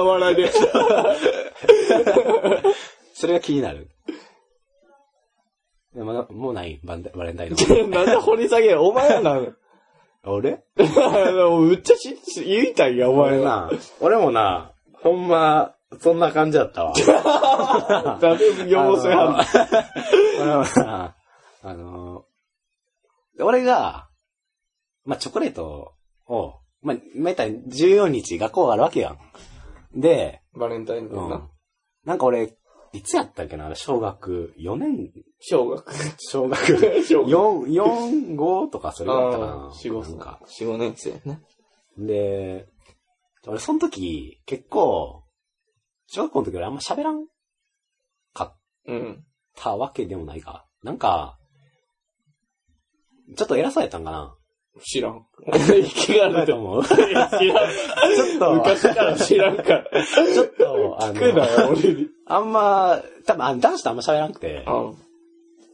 A: あ、 笑いで。
B: それが気になる。でもなもうないバンダバレンタ インの。
A: なんで掘り下げるお前やな。
B: 俺
A: むっちゃし、し言いたいや、お前
B: 俺
A: な。
B: な、俺もな、ほんま、そんな感じだったわ。
A: だって、要請ある。
B: 俺もな、あのー、俺が、まあ、チョコレートを、まあ、めったに14日学校があるわけやん。で、
A: バレンタインデ
B: う
A: ー
B: ん
A: な。。
B: なんか俺、いつやったっけなあれ小学4年、
A: 小学。
B: 小学
A: 小学。
B: 4、4、5とかそれだったかな。
A: 四
B: な
A: 五
B: んか。
A: 四五年生やね。
B: で、俺その時、結構、小学校の時俺あんま喋らん
A: うん。
B: たわけでもないか。なんか、ちょっと偉そうやったんかな。
A: 知らん。 俺、生きがれ
B: なん
A: て
B: か
A: も。
B: もうち
A: 知らん。
B: ょっと、
A: 昔から知らんから。
B: ちょっと、あ
A: 聞くな
B: の、
A: よ、俺に。
B: あんま、多分あ男子とあんま喋らんくて、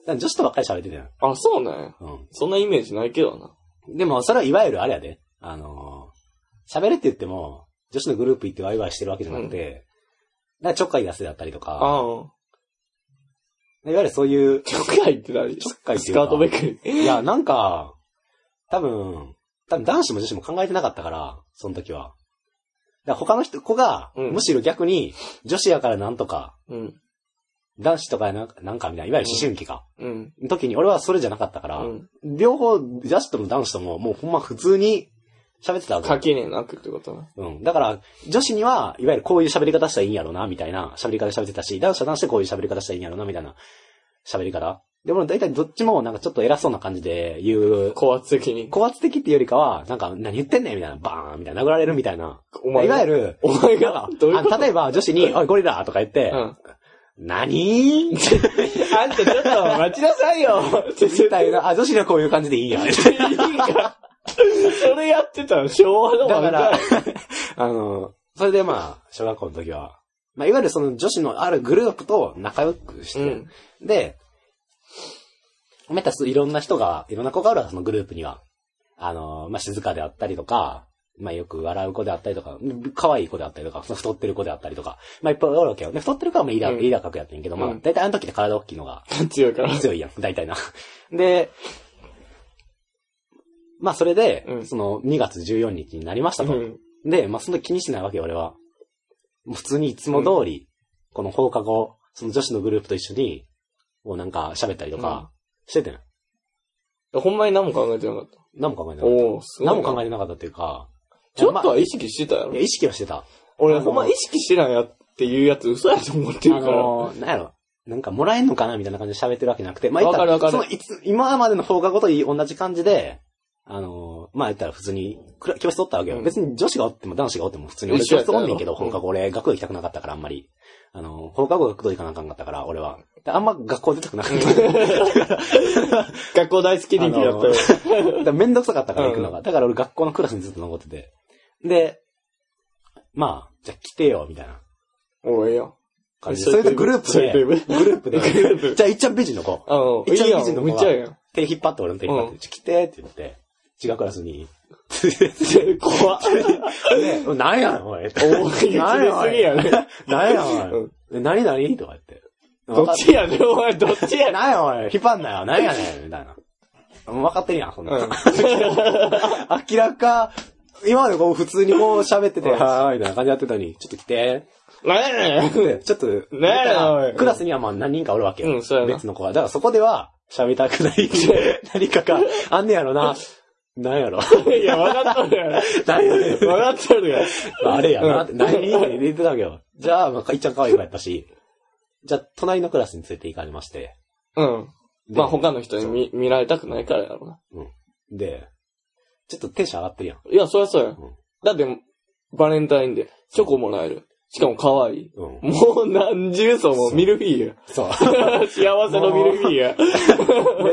B: 女子とばっかり喋ってたよ。
A: あ、そうね。
B: うん。
A: そんなイメージないけどな。
B: でも、それはいわゆるあれやで。あのー、喋れって言っても、女子のグループ行ってワイワイしてるわけじゃなくて、なんかちょっかい出せだったりとか、
A: ああ。
B: いわゆるそういう、
A: ちょっかいって何
B: ちょっかいってい
A: ス
B: うか
A: カートめくり。
B: いや、なんか、多分、多分男子も女子も考えてなかったから、その時は。だから他の人、子が、
A: うん
B: むしろ逆に、女子やからなんとか、
A: うん。
B: 男子とかやななんかみたいな、いわゆる思春期か。
A: うん。
B: 時に、俺はそれじゃなかったか
A: う
B: ら、
A: ん。
B: 両方、女子とも男子とも、もうほんま普通に喋ってたわけ。
A: 垣根なくってことな。
B: うん。だから、女子には、いわゆるこういう喋り方したらいいんやろうな、みたいな喋り方で喋ってたし、男子は男子でこういう喋り方したらいいんやろうな、みたいな喋り方。でも、だいたいどっちもなんかちょっと偉そうな感じで言う、
A: 高圧的に。
B: 高圧的っていうよりかは、なんか、何言ってんねんみたいな、バーンみたいな、殴られるみたいな。
A: お
B: い
A: 前
B: わ
A: が、
B: ゆる、
A: お前
B: なん
A: が
B: か、
A: どういうこと
B: あ例えば女子に、おい、ゴリラとか言って、
A: うん。
B: 何み
A: あんたちょっと待 ちなさいよ絶
B: た
A: 対
B: いな、あ、女子にはこういう感じでいいん や。
A: いいか。それやってたの昭和の
B: だか
A: 漫
B: ら
A: 才。、
B: あの、それでまあ、小学校の時は、まあ、いわゆるその女子のあるグループと仲良くし
A: う
B: て
A: ん。、
B: で、めったすいろんな人が、いろんな子がおるわ、そのグループには。あの、まあ、静かであったりとか、まあ、よく笑う子であったりとか、可愛い子であったりとか、その太ってる子であったりとか、まあ、いっぱいおるわけよ。で、太ってる子はまあ、リーダ
A: うん
B: ー、リーダー格やってんけど、ま
A: う
B: あ
A: ん、
B: 大体あの時って体大きいのが、
A: 強いから。
B: 強いやん、大体な。 で、まあそれで、
A: うん
B: その2月14日になりました
A: う
B: と。
A: ん。
B: で、まあそんな気にしてないわけよ、俺は。もう普通にいつも通り、この放課後、その女子のグループと一緒に、もうなんか喋ったりとか、しててん。
A: ほんまに何も考えてなかっ
B: 何も考えて
A: た。
B: なかっ
A: おおす
B: た。
A: ごいな。
B: 何も考えてなかったっていうか、
A: ちょっと
B: まあ
A: は意識してたやろ
B: いや、意識はしてた。
A: 俺、
B: あの
A: ほんま意識してないやっていうやつ嘘やと思ってる
B: あ
A: から。
B: のー、なんやろ。なんかもらえんのかなみたいな感じで喋ってるわけじゃなくて、まあ、言ったら
A: わかる
B: そ
A: わ
B: のいつ、今までの放課後といい同じ感じで、あのー、まあ、言ったら普通に、クラ教室取ったわけよ。
A: うん
B: 別に女子がおっても男子がおっても普通に。俺
A: 一緒や
B: 教
A: っ
B: 室
A: たよ
B: おんねんけど、
A: うん
B: 放課後俺学校行きたくなかったからあんまり。あのー、放課後学校行かなあかんかったから、俺は。であんま学校出たくなか った。
A: 学校大好き人気だったよ。
B: だからめんどくさかったから行くの
A: う
B: が。だから俺学校のクラスにずっと残ってて。で、まあ、じゃあ来てよ、みたいな
A: おいよ。
B: 感じで。それでグループ
A: そういう
B: で、
A: グループ。
B: グループ
A: グルー
B: で、
A: プ
B: じゃあいっちゃん美人の子。
A: あ
B: い
A: い
B: っちゃ
A: い
B: ん
A: や
B: 美人の
A: ん、め
B: 子が
A: っちゃええやん。
B: 手引っ張って俺の手引っ張って、
A: う
B: ちょ来てって言って、違うクラスに。
A: 怖っ。
B: で、なんやん、おい。
A: お前、
B: なんや
A: 切れすぎやね。
B: なんやん、お
A: う
B: い。で何何とか言って。
A: どっちやねん、お前、どっちやねん。
B: なんやおい、引っ張んなよ、なんやねん、みたいな。もう分かってるやん、そんな。
A: うん
B: 明らか、今までこう普通にこう喋ってて、
A: うん
B: はーい、みたいな感じやってたのに、ちょっと来て、
A: なんやねん。
B: でちょっと、
A: ねえおい
B: クラスにはまあ何人かおるわけよ。
A: うんそうやな
B: 別の子は。だからそこでは、喋りたくないって、 何かがあんねやろな。なん やろ。
A: いや、分かっとるやろ。
B: なんやねん
A: 分かっとるやろ。
B: まああれやなって、何って言ってたわけよ。じゃあ、まあ、かいちゃん可愛い子やったし、じゃあ、隣のクラスに連れて行かれまして、
A: うん。まあ
B: で
A: 他の人に見見られたくないからやろな。
B: で、ちょっとテンション上がってるやん。
A: いや、そりゃそうや、
B: うん
A: ん。だって、バレンタインでチョコもらえる。しかも可愛い。
B: うん。
A: もう何十層もミルフィーユや。
B: そう。
A: 幸せのミルフィーユや。
B: で、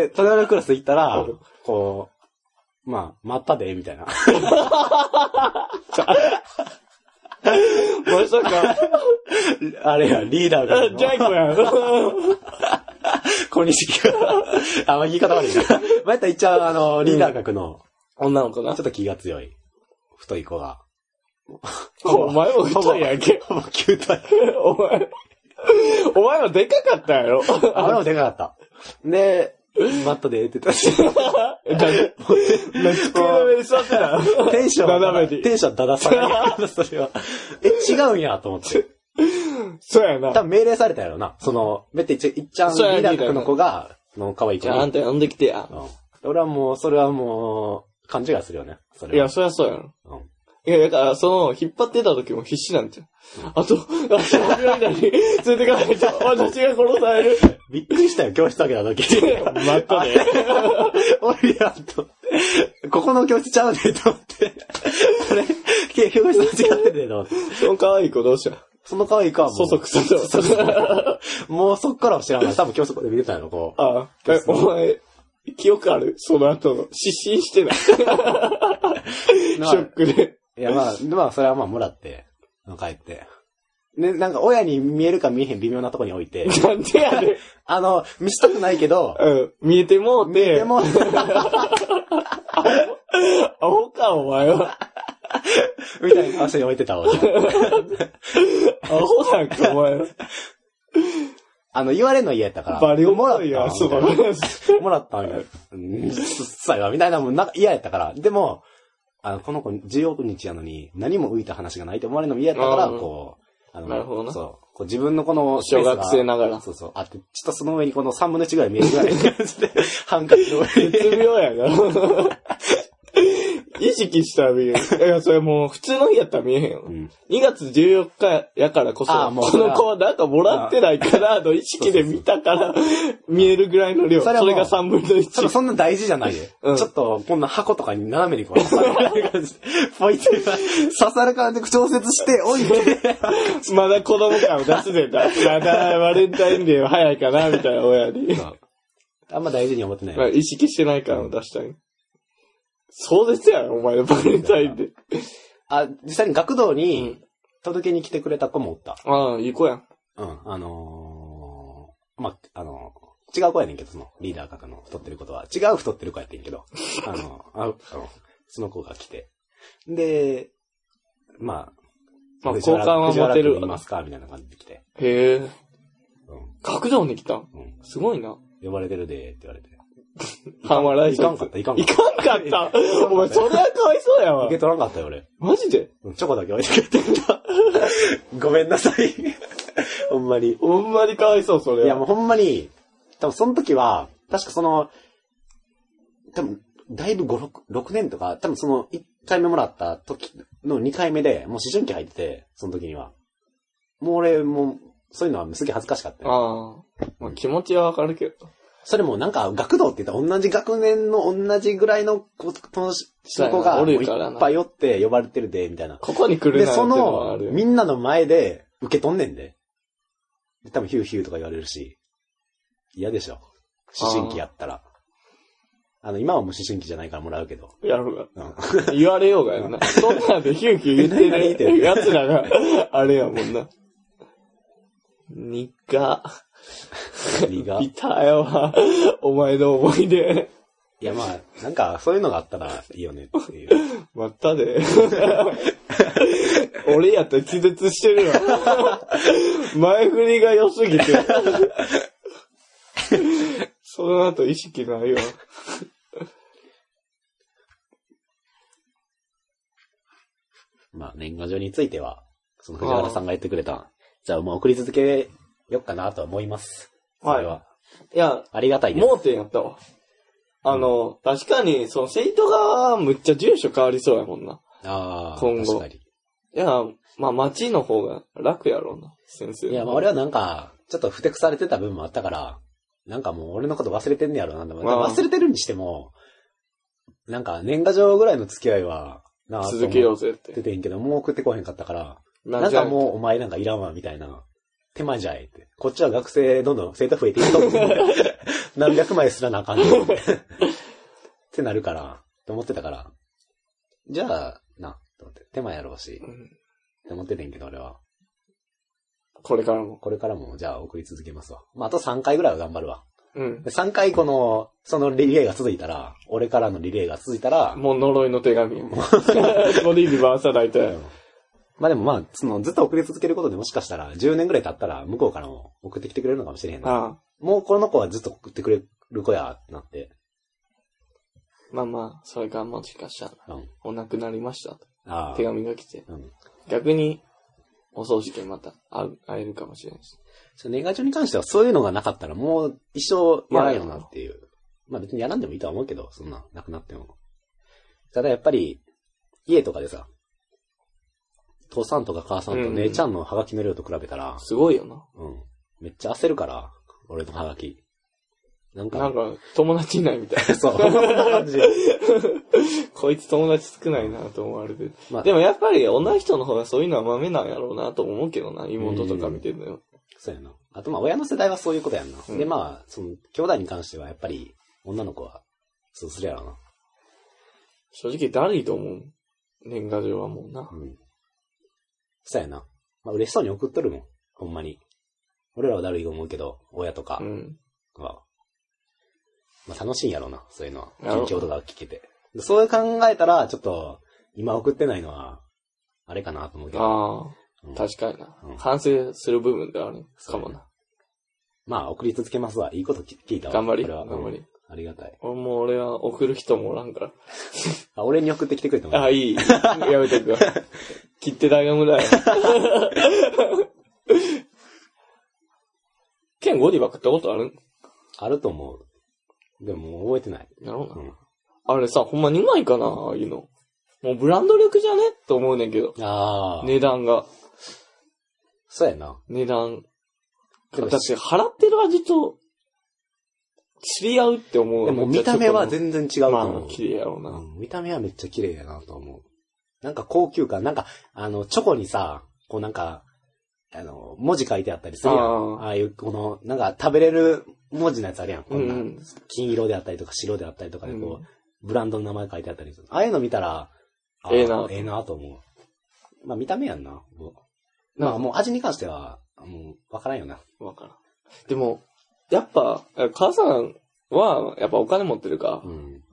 B: 隣のクラス行ったら
A: うん、
B: こまあ、まったで、みたいな。
A: まさか、
B: あれや、リーダーが。
A: ジャイコやん。
B: 小西君。あ、まあ言い方悪いな。まあ、やったら一応、あの、リーダー格の、
A: 女の子な
B: ちょっ。と気が強い、太い子が。
A: お前も太いやんけ。
B: ほぼ球体。
A: お前、お前もでかかったんやろ。
B: あれもでかかった。で、マットでって言ってた。
A: 机の上に座ってたの。
B: テンションは、
A: 斜めに
B: テンションだだ下が り。それは。え、違うんや、と思って。
A: そうやな
B: 多。分命令されたやろな。その、めっていっちゃんリ
A: そうや
B: ーダー格の子が、その可愛い子
A: じゃあ、あん
B: に。
A: た呼んできてや。
B: うん俺はもう、それはもう、勘違いするよね。そ
A: い
B: れは。
A: や、そりゃそうやん。
B: うん
A: いや、だから、その、引っ張ってた時も必死なんじゃん。あと、あと、僕らみたいに連れてかないと、私が殺される。
B: びっくりしたよ、教室開けた時。
A: まった ね。
B: 俺やっと、ここの教室ちゃうねと思って。あれけ教室間違っててと思って。
A: その可愛い子どうした
B: その可愛い子はもう、
A: そそくそそ。
B: もうそっからは知らない。多分教室で見てたやろ、こう。
A: ああ、えお前、記憶あるその後の。失神してない。ショ ックで。
B: いや、まあ、まあ、それはまあ、もらって、帰って。ね、なんか、親に見えるか見えへん微妙なとこに置いて、
A: なんでやねん。
B: あの、見せたくないけど、
A: うん、 見えてもうて
B: で、も、
A: アホか、お前は。
B: みたいな場所に置いてたわ。
A: アホなんか、お前は。
B: あの、言われんの嫌やったから。
A: バリオ
B: もらった
A: いや、
B: みた
A: そ
B: いな
A: うだ
B: もらったんや。うん、すっさいわ、みたいなもん、なんか嫌やったから。でも、あの、この子16日やのに、何も浮いた話がないって思われるのも嫌やったから、
A: うん
B: こう、あの
A: なるほどな
B: そう。こう自分のこの、
A: 小学生ながら
B: そうそう。あって、ちょっとその上にこの3分の1ぐらい見えるぐらいの感じで、 ハンカチの上に。
A: 絶妙やな。 意識したら見える。いや、それもう、普通の日やったら見えへんよ。
B: うん
A: 2月14日やからこそ、
B: ああもう
A: この子はなんかもらってないから、の意識で見たから、見えるぐらいの量。
B: そ
A: そ
B: れ
A: れ
B: はもう
A: が3分の
B: ちょっと
A: 1。
B: そんな大事じゃないで。
A: うん
B: ちょっと、こんな箱とかに斜めにこう、ポイって、刺さる感じで調節して、おいて。
A: まだ子供感を出すねんだ。まだバレンタインデーは早いかな、みたいな親 に。
B: あんま大事に思ってない。
A: まあ、意識してない感を出したい。そうですやろ、お前のバレンタインデー。
B: あ、実際に学童
A: う
B: に
A: ん
B: 届けに来てくれた子もおった。
A: ああ、いい子やん。
B: うん。あのー、まあ、あのー、違う子やねんけど、その、リーダー格の太ってることは。違う太ってる子やってん けど、あのー、ああの、その子が来て。で、まあ、
A: まあ、
B: 藤
A: 好
B: 原
A: 感は持て
B: 藤原
A: る
B: 君い。ますかみたいな感じで来て。
A: へえ。
B: う
A: 学童に来たん
B: ん。うん。
A: すごいな。
B: 呼ばれてるで、って言われて。
A: 半笑い
B: いかんかった、いかんか
A: い
B: った。
A: かんかった。お前、それはかわいそうやわ
B: 受け。取らんかったよ、俺。
A: マジで
B: うんチョコだけ置いてくれて た。ごめんなさい。ほんまに。
A: ほんまにかわいそう、それは。
B: いや、もうほんまに、多分その時は、確かその、多分だいぶ5、6、6年とか、多分その1回目もらった時の2回目で、もう思春期入ってて、その時には。もう俺、もう、そういうのはすげえ恥ずかしかったよ。
A: ああ。まあ、気持ちはわかるけど。
B: それもなんか、学童って言ったら同じ学年の同じぐらいの子、友達の子が、
A: そ
B: も
A: うや
B: うい
A: なおるからな
B: っぱいおって呼ばれてるで、みたいな。
A: ここに来る
B: で、
A: な
B: そ
A: んてのはあ
B: の、
A: るよ
B: みんなの前で受け取んねんで。で多分ヒューヒューとか言われるし。嫌でしょ。思春期やったら。あの、今はもう思春期じゃないからもらうけど。
A: やろう
B: うん
A: が。言われようがやんな。そんなんでヒューヒュー 言
B: え何
A: って
B: 々言う
A: る
B: て
A: やつらが、あれやもんな。にか、
B: 荷 が。
A: い
B: い
A: たやわ。お前の思い出。
B: や、まあ、なんか、そういうのがあったらいいよねっ ていう。
A: まったで。俺やったら気絶してるわ。前振りが良すぎて。その後意識ないわ。
B: まあ、年賀状については、その藤原さんが言ってくれた、じゃあもう送り続けよっかなとは思います。
A: はい
B: それは。
A: いや、
B: ありがたいです。
A: 盲点やったわ。あの、確かに、その、生徒側はむっちゃ住所変わりそうやもんな。
B: ああ、
A: 今後
B: 確かに。
A: いや、まあ、町の方が楽やろうな、先生。
B: いや、まあ俺はなんか、ちょっと不適されてた部分もあったから、なんかもう俺のこと忘れてんねやろな、でも
A: まあ
B: 忘れてるにしても、なんか年賀状ぐらいの付き合いは、な
A: 続けよ
B: う。
A: うぜっ
B: 出
A: て。
B: てんけど、もう送ってこへんかったから、
A: な
B: なん
A: じゃ
B: か
A: あ
B: もうお前なんかいらんわ、みたいな。手間じゃえって。こっちは学生どんどん生徒 増えていくと思う。何百枚すらなあかんねんって。ってなるから、って思ってたから、じゃあ、な、と思って、手間やろうし、
A: うん
B: って思っててんけど、俺は。
A: これからも。
B: これからも、じゃあ送り続けますわ。まあ、あと3回ぐらいは頑張るわ。
A: うん。
B: で3回この、そのリレーが続いたら、俺からのリレーが続いたら、
A: もう呪いの手紙。 ボディリバーサライトや
B: うんまあでもまあ、その、ずっと送り続けることでもしかしたら、10年ぐらい経ったら、向こうからも送ってきてくれるのかもしれへんな。
A: ああ。
B: もうこの子はずっと送ってくれる子や、なって。
A: まあまあ、それがもしかしたら、
B: うん。
A: お亡くなりましたと。
B: ああ。
A: 手紙が来て。
B: うん。
A: 逆に、お葬式にまた会う会えるかもしれないし。
B: そう年賀状に関してはそういうのがなかったら、もう一生やらんよなっていう。まあ別にやらんでもいいとは思うけど、そんな、なくなっても。ただやっぱり、家とかでさ、父さんとか母さんと姉ちゃんのハガキの量と比べたら、
A: すごいよな。
B: うん。めっちゃ焦るから、俺のハガキ。なんか、
A: なんか、友達いないみたい
B: そう。こんな感じ。
A: な。こいつ友達少ないなと思われてる。
B: まあ
A: でもやっぱり、女の人の方がそういうのは豆なんやろうなと思うけどな。妹とか見てるのよ。
B: そうやな。あとまあ親の世代はそういうことやんな。
A: うん
B: でまあ、その、兄弟に関してはやっぱり、女の子は、そうするやろな。
A: 正直、だるいと思う。年賀状はもうな。
B: うん。そうやな。まあ嬉しそうに送っとるもん。ほんまに。俺らはだるいと思うけど、親とか
A: うん。
B: は。まあ楽しいんやろうな、そういうのは。
A: やろ
B: 近況とか聞けて。でそういう考えたら、ちょっと、今送ってないのは、あれかなと思うけど。
A: あ
B: うん
A: あ、確かにな
B: うん。
A: 反省する部分ではあるかもな。
B: まあ送り続けますわ。いいことき聞いたわ。
A: 頑張り、
B: これは
A: 頑張
B: う
A: り
B: ん。ありがたい。
A: 俺もう俺は送る人もおらんから。
B: あ、俺に送ってきてくれてもいい
A: あ、 いい。やめとくわ。切って大が無駄や。剣ゴディバ食ったことある
B: あると思う。でももう覚えてない。
A: なるほど
B: う
A: な。
B: ん。
A: あれさ、ほんまにうまいかなああいうの。もうブランド力じゃねと思うねんけど。
B: ああ、
A: 値段が。
B: そうやな。
A: 値段。
B: でも
A: 私、払ってる味と、知り合うって思う。
B: でも見た目は全然違うと
A: ま
B: 思
A: あ
B: う、。
A: 綺麗やろう
B: う
A: な。
B: ん見た目はめっちゃ綺麗やなと思う。なんか高級感、なんか、あの、チョコにさ、こうなんか、あの、文字書いてあったりするやん。
A: あ
B: あ
A: あ
B: あいう、この、なんか食べれる文字のやつあるやん。こ
A: うん
B: んな、
A: うん。
B: 金色であったりとか白であったりとかで、こう、ブランドの名前書いてあったりする。ああいうの見たら、ああ
A: ええな
B: ええなと思う。まあ見た目やんな。もう
A: なん
B: ま
A: か
B: あもう味に関しては、もう、わからんよな。
A: わからん。でも、やっぱ、母さんは、やっぱお金持ってるか
B: う。ん。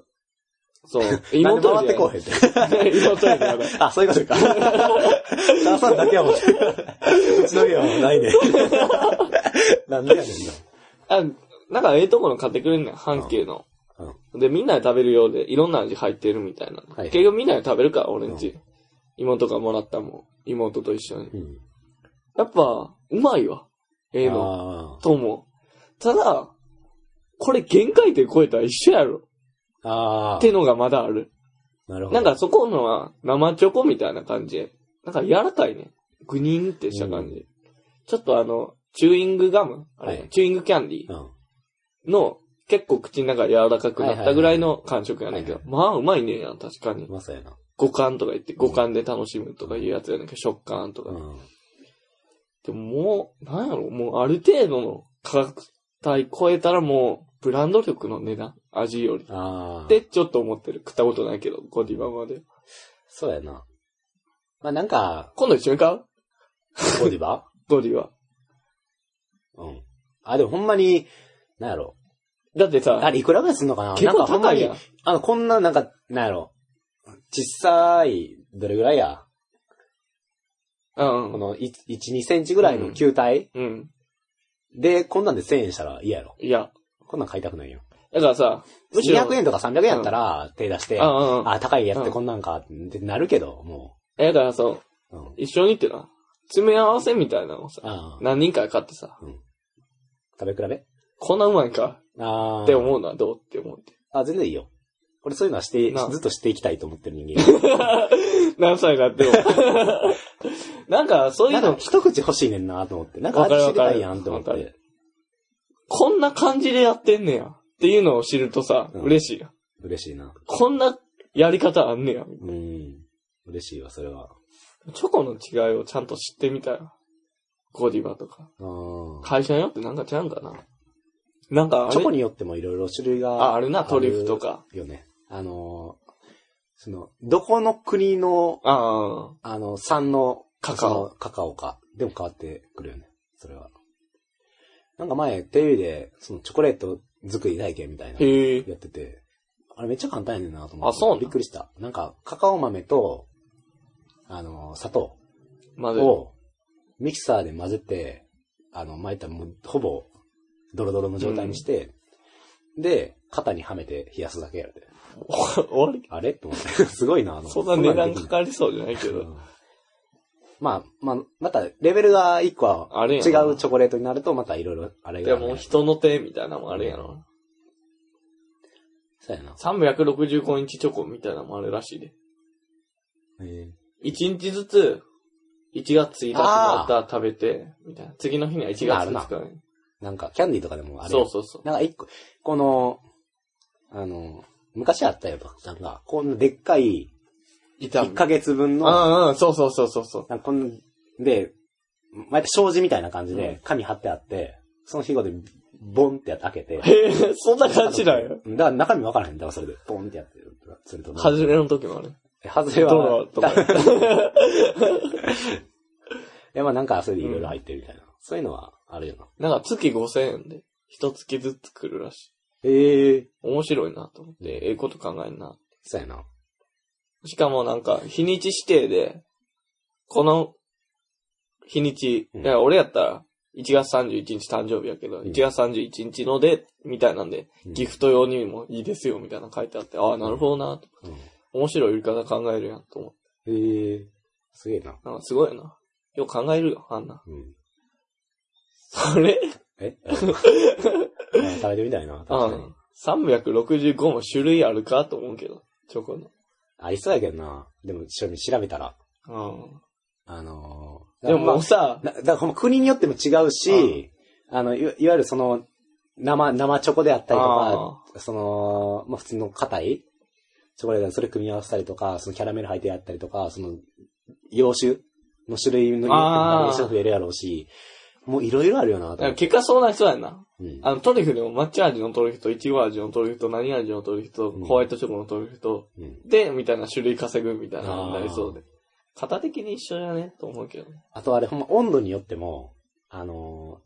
A: そう。
B: なんで
A: 妹よ
B: 回っ
A: り
B: てこうへんって。
A: 妹よりまだ
B: あ、そういうことか。母さんだけはもう、うちの家はもうないね。 なんでやねんな。
A: あ、なんかええとこの買ってくれんねん、半径の。で、みんなで食べるようで、いろんな味入ってるみたいな。
B: はい
A: 結局みんなで食べるから、俺んち。妹がもらったもん。妹と一緒に。
B: うん。
A: やっぱ、うまいわ。ええの。
B: あ
A: と思う。ただ、これ限界点超えたら一緒やろ。
B: あ。ああ
A: っ。てのがまだある。
B: なるほ
A: な
B: ど。
A: んかそこのは生チョコみたいな感じで。なんか柔らかいね。グニンってした感じ。ちょっとあの、チューイングガムあれ、
B: はい
A: チューイングキャンディ
B: うん。
A: ーの結構口の中柔らかくなったぐらいの感触やねんけど。
B: は
A: まあうまいねんや、確かに
B: う。まそうやな。
A: 五感とか言って、五感で楽しむとかいうやつやねんけど、食感とか。
B: うん。
A: でももう、なんやろ、もうある程度の価格帯超えたらもう、ブランド力の値段味より。
B: ああ。
A: っ、てちょっと思ってる。食ったことないけど、ゴディバまで。
B: そうやな。まあなんか、
A: 今度一緒に買う
B: ゴディバ
A: ゴディバ。
B: うん。あ、でもほんまに、なんやろ。
A: だってさ、
B: あれ、いくらぐらいすんのかな
A: 結
B: なん
A: 構
B: かほんま
A: 高い
B: に
A: やん。
B: あの、こんな、なんか、なんやろ。小さい、どれぐらいや
A: うん
B: こ。の、い1、2センチぐらいの球体、
A: うん。
B: で、こんなんで1000円したら嫌やろ。
A: いや。
B: こんなん買いたくないよ。
A: だからさ、むしろ。
B: 200円とか300円やったら、手出して、
A: う
B: あ
A: んうんうん。
B: あ、高いやつってこんなんか、ってなるけど、も
A: え、だからそう、
B: う。うん。
A: 一緒にってな。詰め合わせみたいなのをさ、
B: ああ、
A: 何人か買ってさ、
B: 食べ比べ
A: こんなうまいんか
B: ああ。
A: って思うのはどうって思って。
B: あ、全然いいよ。俺そういうのはして、
A: な
B: ずっとしていきたいと思ってる人 間。
A: 何歳になって も。なんか、そうい
B: な
A: うん
B: か
A: の、
B: 一口欲しいねんなと思って。なんか
A: わか
B: 味
A: る
B: 知りたい
A: わ
B: や
A: かる
B: んと思っ
A: わか
B: て。
A: こんな感じでやってんねや。っていうのを知るとさ、
B: うん
A: 嬉しいやん。
B: 嬉しいな。
A: こんなやり方あんねや。
B: うん。嬉しいわ、それは。
A: チョコの違いをちゃんと知ってみたい。ゴディバとか。
B: うん。
A: 会社によってなんかちゃうんかな。なんかあれ、
B: チョコによってもいろいろ種類が。
A: あ、あるな、トリュフとか。
B: よね。あのーその、どこの国の、
A: あ
B: あの、産の
A: カカオ
B: そのカカオか。でも変わってくるよね。それは。なんか前、テレビで、そのチョコレート作り体験みたいな
A: あ。。へえ。
B: やってて、あれめっちゃ簡単やねんなと思って。
A: あそうなん
B: びっくりした。なんか、カカオ豆と、あの、砂糖
A: まず、
B: をミキサーで混ぜて、あの、まあ、言ったらもうほぼ、ドロドロの状態にして、で、肩にはめて冷やすだけやるて。
A: 終わり
B: あれと 思って。すごいな、あの。
A: そんな値段か
B: る
A: かりそうじゃないけど。
B: まあ、まあ、また、レベルが一個は、
A: あれ
B: 違
A: や
B: う
A: な
B: チョコレートになると、またいろいろ、あれが
A: で
B: あるね。
A: も人の手みたいなのもあるやろ。
B: そうやな。
A: 365日チョコみたいなのもあるらしいで。
B: え
A: 1日ずつ、1月1日になったら食べて、みたいな。次の日には1月
B: あるな
A: 2日ね。
B: ーなんか、キャンディーとかでもあれやん
A: そうそうそう。
B: なんか一個、この、あの、昔あったよ、なんか、こんなでっかい、
A: いた
B: 1ヶ月分の、
A: うんうん、そうそうそうそうそう。
B: なんかこんで、まあ、障子みたいな感じ
A: う
B: で、紙貼ってあって、その日ごで、ボンってやって開けて。
A: へえ、そんな感じなんよ。
B: だから中身わからへん。だからそれで、ボンってやってる。すると。
A: 外れの時もある。
B: え外れ
A: ド
B: は
A: ロ、と か。
B: え、まあなんか、それでいろいろ入ってるみたいな。そういうのは、あるよな。
A: なんか月5000円で、一月ずつ来るらしい。
B: ええ
A: 面白いなと思って、ええこと考えんな。
B: そうやな。
A: しかもなんか、日にち指定で、この、日にち、
B: うん
A: いや俺やったら、1月31日誕生日やけど、
B: うん
A: 1月31日ので、みたいなんで、
B: うん
A: ギフト用にもいいですよ、みたいなの書いてあって、ああ、なるほどなと、
B: うん
A: 面白い売り方考えるやん、と思って。
B: ええすげえな。
A: なんかすごいよな。よく考えるよ、あんな。
B: うん。
A: それ、
B: えあ食べてみたいな。確
A: う
B: かに
A: ん。。365も種類あるかと思うけど、チョコの。
B: ありそうやけどな。でも、ちなみに調べたら。あの
A: うん。
B: ー
A: でももう
B: だか
A: さ、
B: らまあ、だだからほんま国によっても違うし、あの、いわいわゆるその、生、生チョコであったりとか、その、まあ、普通の硬いチョコレートでそれ組み合わせたりとか、そのキャラメル入ってやったりとか、その、洋酒の種類のによってもバリエーション増えるやろうし、もういろいろあるよ
A: な
B: なと思
A: んか
B: って、
A: 結果そうなりそうやんな。
B: うん
A: あの、トリュフでも抹茶味のトリュフと、いちご味のトリュフと、何味のトリュフと、
B: うん
A: ホワイトチョコのトリュフと、
B: うん
A: で、みたいな種類稼ぐみたいなのになりそう
B: あ
A: で。型的に一緒やね、と思うけどね。
B: あとあれほんま温度によっても、あの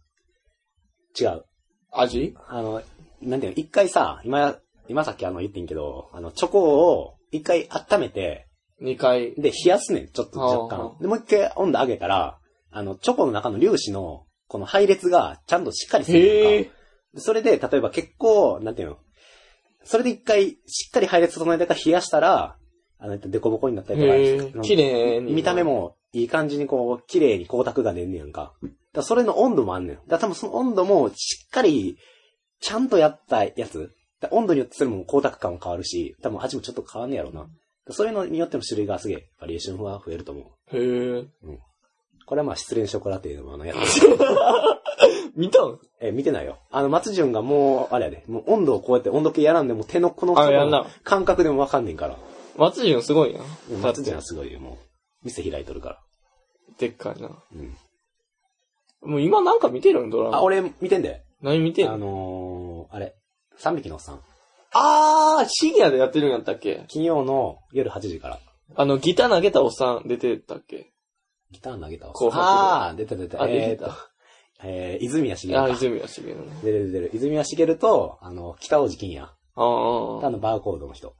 B: ー違う。
A: 味
B: あの、なんていうの、一回さ、今、今さっきあの言ってんけど、あの、チョコを一回温めて、
A: 二回。
B: で、冷やすねん、ちょっと若
A: はあは
B: 干。で、もう一回温度上げたら、あの、チョコの中の粒子の、この配列がちゃんとしっかりする
A: へ
B: やん
A: え
B: か。。それで、例えば結構、なんていうの、それで一回しっかり配列整えたから冷やしたら、あの、デコボコになったりとか
A: へえ
B: あの、
A: 綺麗に。
B: 見た目。もいい感じにこう、綺麗に光沢が出んねやんか。だからそれの温度もあんねん。だから多分その温度もしっかり、ちゃんとやったやつ。だから温度によってそれも光沢感も変わるし、多分味もちょっと変わんねやろうな。だからそういうのによっても種類がすげえ、バリエーションは増えると思う。
A: へえ。
B: これはまあ失恋ショコラテでもあのやつ。
A: 見たん
B: え、見てないよ。あの、松潤がもう、あれやで、もう温度をこうやって温度計やらんでも手のこの
A: あやんな
B: 感覚でもわかんねんから。
A: 松潤すごいな。
B: うん松潤はすごいよ、もう。店開いとるから。
A: でっかいな。
B: うん。
A: もう今なんか見てるんドラ
B: あ、
A: マ。
B: 俺見てんで。
A: 何見てん
B: あ
A: の
B: のー、あれ、3匹のおっさん。
A: あー、深夜でやってるんやったっけ
B: 金曜の夜8時から、
A: あの、ギター投げたおっさん出てたっけ
B: ギター投げたおっさん
A: 紅白
B: ああー、出た出た。
A: あ出て
B: えー、と
A: た、
B: えー、泉谷しげる
A: あ、
B: か。
A: 泉谷しげるね。
B: 出る出る。泉谷しげると、あの、北大路金也。
A: あーあ
B: あ
A: ー、
B: の、バーコードの人。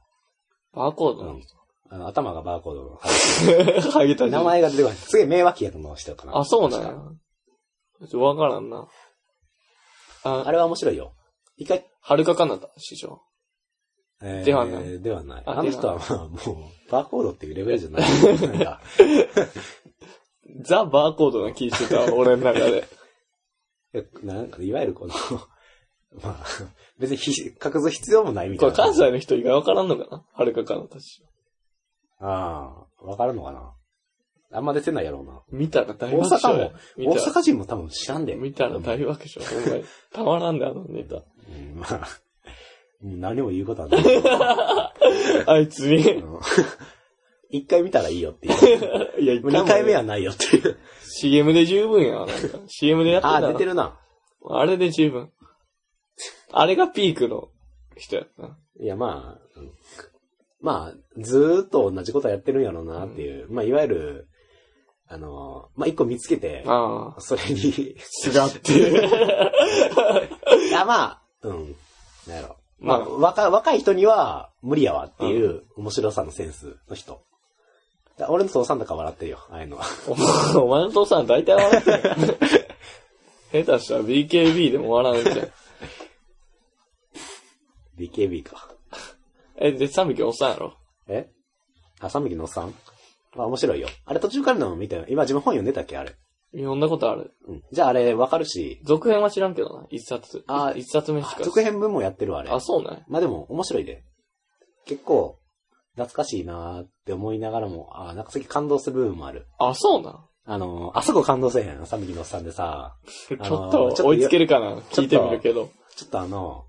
A: バーコード
B: う
A: の
B: ん。あの、頭がバーコードの。
A: ハゲタ
B: 名前が出てこない。すげえ名脇役の人かな。
A: あ、そうなんや
B: 確か。
A: ちょっとわからんな。
B: あ
A: あ、
B: れは面白いよ。一回、
A: はるかかなた、師匠。
B: えー
A: ではない。
B: ではない。
A: あ
B: あの人はまあ、もう、バーコードっていうレベルじゃない。なんか、
A: ザ・バーコードな気して た、俺の中で。
B: いやなんか、いわゆるこの、 まあ、別にひ隠す必要もないみた
A: こ
B: い
A: れ
B: な。
A: 関西の人以外わからんのかなはるかかなた、師匠。
B: ああ、わかるのかな。あんま出てないやろうな。
A: 見たら大爆笑や。見
B: 大
A: たら
B: 阪人も多分知らんで。
A: 見たら大爆笑。ほんまに。たまらんで、あのネタ。
B: うん、まあ、もう何も言うこと はない。
A: あいつ
B: あ
A: に。
B: の一回見たらいいよって いう。
A: いや、一
B: もう二回 目
A: や。
B: はないよっていう。
A: CM で十分やなんか。CM でやって
B: あ
A: た
B: あ、
A: な
B: 出てるな。
A: あれで十分。あれがピークの人やったな。
B: いや、まあ、うんまあ、ずーっと同じことやってるんやろうなっていう、まあ、いわゆる、あの、まあ、一個見つけて、
A: ああ。
B: それに、
A: 違っていう。
B: いや、まあ、うん。なんやろ。ま
A: ま
B: あ、
A: あ
B: 若若い人には無理やわっていう面白さのセンスの人。だ俺の父さんとか笑ってるよ、ああいうのは。
A: お前お前の父さん大体笑ってる。下手したら BKB でも笑うんじゃん。
B: BKB か。
A: え、で、三匹おっさんやろ
B: えあ、三匹のおっさんまあ面白いよ。あれ途中からの見たよ。今自分本読んでたっけあれ。
A: 読んだことある。
B: うん。じゃああれわかるし、
A: 続編は知らんけどな。一冊。
B: あ
A: 一冊目し
B: あ
A: か。
B: 続編分もやってるわあれ。
A: あ、そうね。
B: まあでも面白いで。結構、懐かしいなーって思いながらも、あーなんか次感動する部分もある。
A: あ、そうな。
B: あのー、あそこ感動せえへん、三匹のおっさんでさ。
A: ちょ
B: あの
A: っと追いつけるかな。聞いてみるけど。
B: ちょっとあの、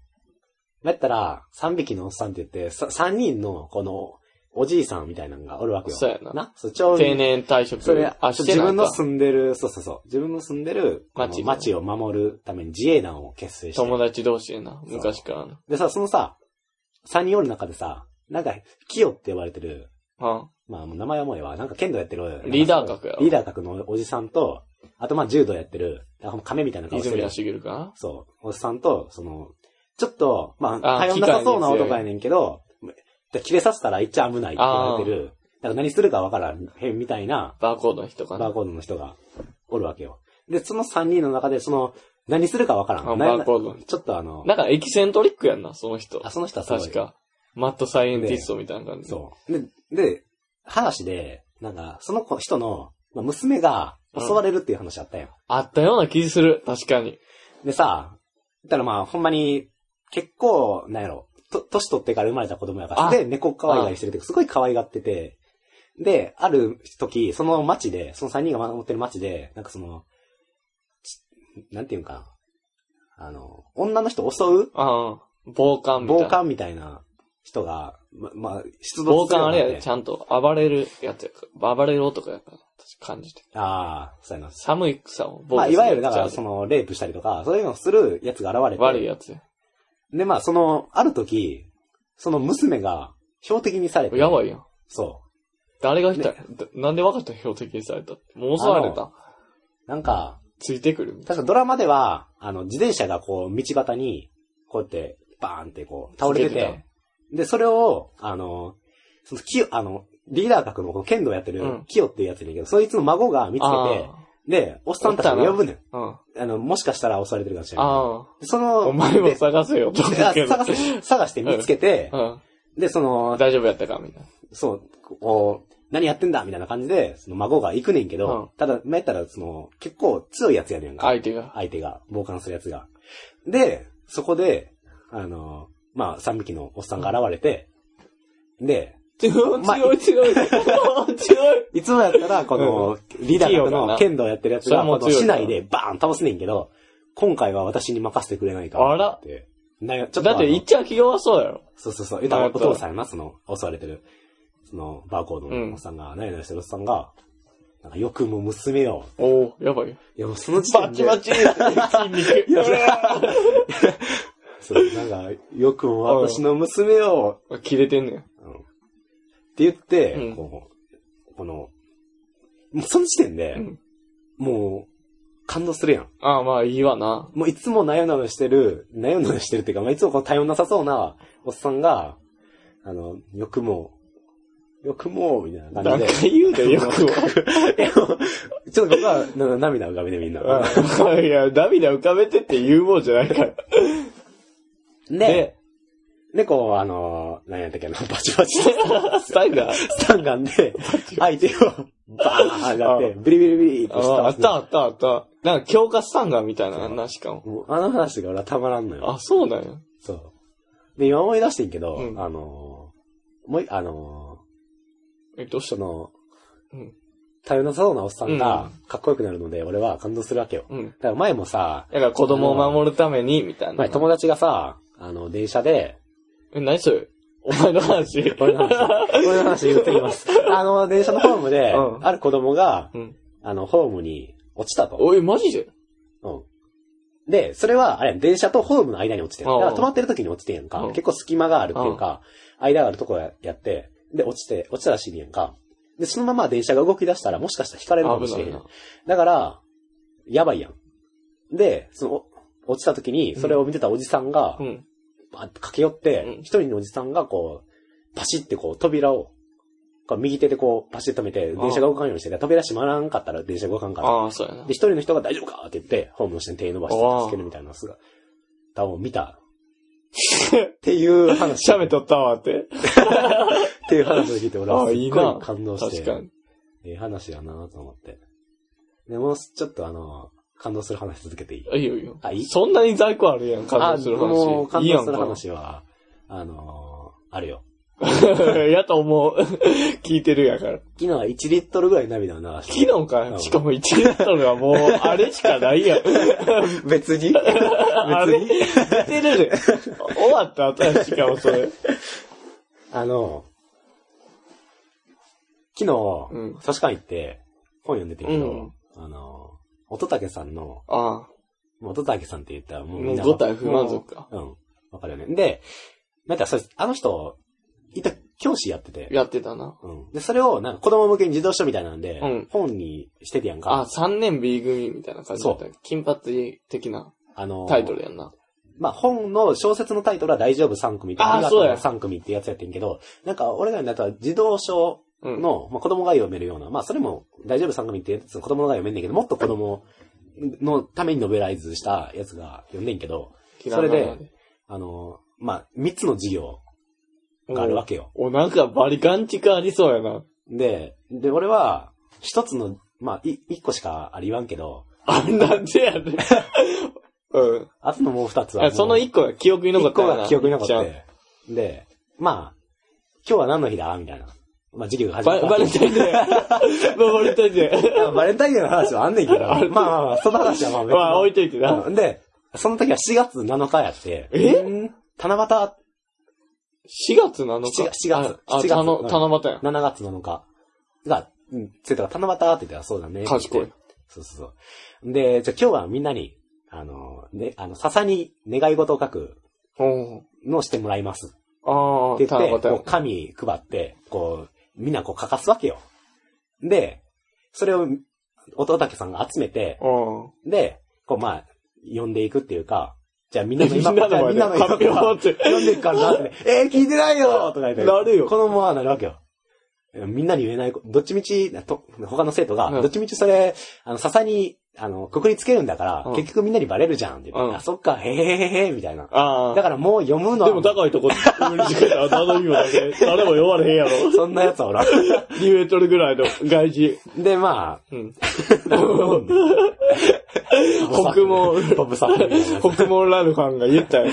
B: だったら、三匹のおっさんって言って、さ三人の、この、おじいさんみたいなのがおるわけよ。
A: そうやな
B: そう、ちょうど
A: 定年退職。
B: それ、
A: あ、して
B: 自
A: な
B: 分
A: い
B: の
A: か。
B: 住んでる、そうそうそう、自分の住んでる、この
A: 町
B: 町を守るために自衛団を結成して。
A: 友達同士やな。
B: そう
A: 昔からの。
B: でさ、そのさ、三人おる中でさ、なんか、キヨって呼ばれてる、
A: あ
B: まあ、もう名前はもうええわ、なんか剣道やってる。
A: リーダー格やろ
B: リーダー格のおじさんと、あとまあ、柔道やってる、あほんま亀みたいな顔してる
A: 泉。谷しげるか
B: そう、おっさんと、その、ちょっと、まあ、
A: あ
B: 頼んなさそうな
A: 機械に強い
B: 男やねんけど、で切れさせたらいっちゃ危ないって言われてる。だから何するかわからんへんみたいな
A: バーコードの人か
B: バ
A: な
B: ー。コードの人がおるわけよ。で、その3人の中で、その、何するかわからん。
A: あ
B: な
A: バーコード
B: ちょっとあの、
A: なんかエキセントリックやんな、その人
B: あ、。その人はすごい
A: 確。か。マットサイエンティストみたいな感じ。
B: そう。で、で、話で、なんか、その子人の、まあ娘が襲われるっていう話あったよ。
A: あったような気する。確かに。
B: でさ、言ったらまあ、ほんまに、結構、なんやろ、と、年取ってから生まれた子供やから、
A: あ
B: で、猫可愛がりしてるっていうか、すごい可愛がってて、で、ある時、その町で、その三人が守ってる町で、なんかその、ちなんていうんかな、あの、女の人襲う
A: ああ。防寒みたいな。
B: 暴漢みたいな人が、ま、まあ、出
A: 防
B: 動す
A: 寒
B: るよ
A: あ
B: うになって
A: れやで、ちゃんと暴れるやつやから。暴れる男やから。私感じて。
B: ああ、そうやな。
A: 寒い草を防
B: まあ、
A: 御す
B: い
A: る
B: わゆる、だから、
A: じ
B: そ
A: ゃ
B: の、レイプしたりとか、そういうのをするやつが現れ
A: あ
B: て、
A: 悪いやつや。
B: で、まあ、その、ある時、その娘が、標的にされて。
A: やばいやん。
B: そ
A: 誰が来た、だなんで分かった標的にされたって。もう襲われ
B: あ
A: た。
B: う。なんか、
A: ついてくるみたい
B: 確かドラマでは、あの、自転車がこう、道端に、こうやって、バーンってこう、倒れて
A: つけ
B: て
A: て、
B: で、それを、あの、その、キヨ、あの、リーダー格のこう剣道やって
A: う
B: る
A: ん、
B: キヨっていうやつだけど、そいつの孫が見つ
A: な。
B: けて、で、おっさんたちを呼ぶねん。
A: ああ。うん。あ
B: あの、もしかしたら襲われてるかもしれない。
A: あ。
B: でその、
A: お前も探せよ、と
B: で
A: 思
B: あ
A: うけど
B: 探せ、探して見つけて、
A: う
B: で、その
A: ん。、大丈夫やったかみたいな。
B: そう、こう、何やってんだみたいな感じで、その孫が行くねんけど、
A: う
B: ただ、まあやったら、その、結構強いやつやねんか。
A: 相手が。
B: 相手が、傍観するやつが。で、そこで、あの、まあ、三匹のおっさんが現れて、で、
A: 違う、
B: まあ
A: 違う、違う。違う。
B: いつもやったら、この、リーダー格
A: 器用か
B: の
A: な
B: 剣道やってるやつ
A: それ
B: が、
A: はも
B: こ
A: う
B: の
A: 強い
B: 市
A: から
B: 内でバーン倒すねんけど、今回は私に任せてくれないか
A: あら
B: って。なちょっと
A: だ
B: あ
A: っ
B: の
A: て、言っちゃう気弱そうやろ。
B: そうそうそう。言ったら
A: な
B: お
A: んかやった
B: 父さんやな、その、襲われてる、その、バーコードのおっさんが、何々してるおっさんが、なんかよくも娘よ。
A: おおやばいよ。
B: いや、もうその時
A: バ
B: 点
A: チ
B: で、
A: バチ筋肉。
B: やそうなんか、よくも私の娘よ、
A: うわ切れてんねん。
B: うんって言って、
A: うん
B: こう、この、もうその時点で、
A: うん
B: もう、感動するやん。
A: ああ、まあいいわな。
B: もういつもなよなよしてる、なよなよしてるっていうか、まあ、いつもこう頼んなさそうなおっさんが、あの、よくも、よくも、みたい
A: な
B: な感
A: ん
B: じ
A: か
B: で。
A: 言 うでよく
B: え ちょっと僕はな涙浮かべてみんな。
A: は。いや、涙浮かべてって言うもんじゃないから。
B: で
A: で、、
B: で、こう、あのー、何やったっけな、バチバチで、
A: スタイが。
B: スタンガンで、相手を、バーン上がって、ビリビリビリって
A: あ
B: した
A: あ
B: わ
A: あったあったあった。なんか強化スタンガンみたいな話かも。
B: もうあの話が俺はたまらんのよ。
A: あ、そうなんや。
B: そう。で、今思い出してんけど、
A: うん
B: あのー、もうい、あの
A: え、どう
B: ー、
A: し
B: そ
A: たの
B: の、
A: うん。
B: 頼なさそうなおっさん
A: う
B: が
A: ん、
B: かっこよくなるので、俺は感動するわけよ。
A: うん。
B: だから前もさ、
A: だから子供を守るために、みたいな
B: 前。友達がさ、あの、電車で、。
A: え、何それお前の話
B: 俺の 話、俺の話言ってきます。あの、電車のホームで、
A: うん
B: ある子供が、
A: うん。
B: あの、ホームに落ちたと。
A: おい、マジで
B: うん。で、それは、あれやん電車とホームの間に落ちてる。だから
A: うん
B: 止まってる時に落ちてんやんか。
A: うん
B: 結構隙間があるっていうか、間があるとこややって、で、落ちて、落ちたらしいねんか。で、そのまま電車が動き出したら、もしかしたら引かれるかもし
A: 危
B: れ
A: な
B: へ
A: い
B: ん
A: な。。
B: だから、やばいやん。で、その、お落ちた時に、それを見てたおじさんが
A: う、ん。
B: バーって駆け寄って
A: うん、
B: 一人のおじさんがこう、パシってこう、扉を、こう右手でこう、パシッと止めて、
A: ああ
B: 電車が動かんようにしてて、扉閉まらんかったら電車が動かんから。
A: ああ、そうやな
B: で、。一人の人が大丈夫かって言って、ホームの下に手伸ばして助けるみたいな姿を 見た。っていう話。
A: 喋っとったわって。
B: っていう話を聞いて、俺は
A: あ
B: す
A: あ
B: っ
A: いい
B: ご
A: ない
B: 感動して。
A: 確かに。
B: ええ話やなと思って。でも、ちょっとあの、感動する話続けていい
A: あいいよいいよ。
B: あ、いい
A: そんなに在庫あるやん、感動する
B: あもう
A: 話。
B: 感
A: いいや
B: 動
A: ん
B: する
A: か。
B: 話は、あのーあるよ。
A: やと思う。聞いてるやから。
B: 昨日は1リットルぐらい涙を 流して。
A: 昨日か
B: う
A: よ。
B: ん
A: しかも1リットルはもう、あれしかない やん。
B: 別に 別
A: あれ
B: に
A: 出てるで。終わった後やしかもそ れ。
B: あの、昨日、
A: うん
B: 図書館行って本読んでてんけど、
A: うん
B: あの、乙武さんの、
A: あ
B: もう乙武さんって言ったら
A: あ、
B: もうみ
A: も
B: ん
A: う
B: な。
A: 5体不満足か。
B: うん。わかるよね。で、なんかそうですあの人、いた教師やってて。
A: やってたな。
B: うん。で、それを、なんか子供向けに自動書みたいなんで、
A: うん
B: 本にしててやんか。
A: あ、3年 B 組みたいな感じだった。金髪的な
B: あのー
A: タイトルやんな。
B: まあ、本の小説のタイトルは大丈夫3組って、
A: あー
B: りが
A: そうや
B: 3組ってやつやってんけど、なんか俺らになったら自動書
A: うん。
B: の、まあ、子供が読めるような、まあ、それも大丈夫3組ってやつ、子供が読めんねんけど、もっと子供のためにノベライズしたやつが読んでんけど、
A: 嫌いな
B: それであのーまあ、3つの授業があるわけよ。
A: お、なんかバリガンチクありそうやな。
B: で、で、俺は、一つの、まあ、い一個しかあり言わんけど、
A: あ、なんで やねん。うん。
B: あとのもう二つはも
A: あ
B: う。
A: その一個が記憶に残
B: 一
A: った
B: 個
A: よな。
B: が記憶に残っ
A: じゃあ
B: て。で、まあ、今日は何の日だみたいな。まあ、授業が始ま
A: バ
B: った。
A: バレンタインデ ー。バレンタインデー。
B: いや バレンタインデーの話はあんねんけど、ま
A: あ
B: あ
A: る
B: まあまあ、その話はまあ別に。
A: まあ置いといてな。
B: うんで、その時は4月7日やって、
A: え
B: うん七夕、
A: 4月なのか
B: 7月7
A: あ、
B: 月
A: あ
B: う
A: の、
B: ん
A: 七夕やん。
B: 7月7日が、うん、ついたから七夕って言ったらそうだね。
A: 賢い。
B: そうそうそう。で、じゃあ今日はみんなに、あの、ね、あの、笹に願い事を書く
A: うん。
B: のをしてもらいます。
A: ああ、
B: って言
A: 七
B: っ
A: 夕
B: て、
A: や
B: こ
A: ん
B: う。紙配って、こう、みんなこう書かすわけよ。で、それを、音竹さんが集めて、
A: うん。
B: で、こうまあ、読んでいくっていうか、じゃあみんな
A: み
B: の
A: ん
B: 今、
A: な
B: じゃあ
A: の
B: み
A: 前
B: ん
A: で
B: なの
A: 発
B: 今
A: 表っ
B: から、
A: て。
B: 読んでいくからなって、 えー、聞いてないよとか言って。
A: なるよ
B: このままなるわけよ。みんなに言えない、どっちみち、と他の生徒が、
A: うん
B: どっちみちそれ、あの、笹に、あの、くくりつけるんだから、
A: うん
B: 結局みんなにバレるじゃんって言って、
A: うん
B: あ、そっか、へへへへみたいな。
A: あ
B: だ
A: あ。
B: からもう読むのは
A: でも高いとこ、 無理してた。頼みもだけ。誰も呼ばれへんやろ。
B: そんなやつはおらん。
A: 2メートルぐらいの外人。
B: で、まあ、
A: うん。
B: 北
A: 北毛、
B: ボブサップみたいなやつ
A: 北毛ラルファンが言ったよ。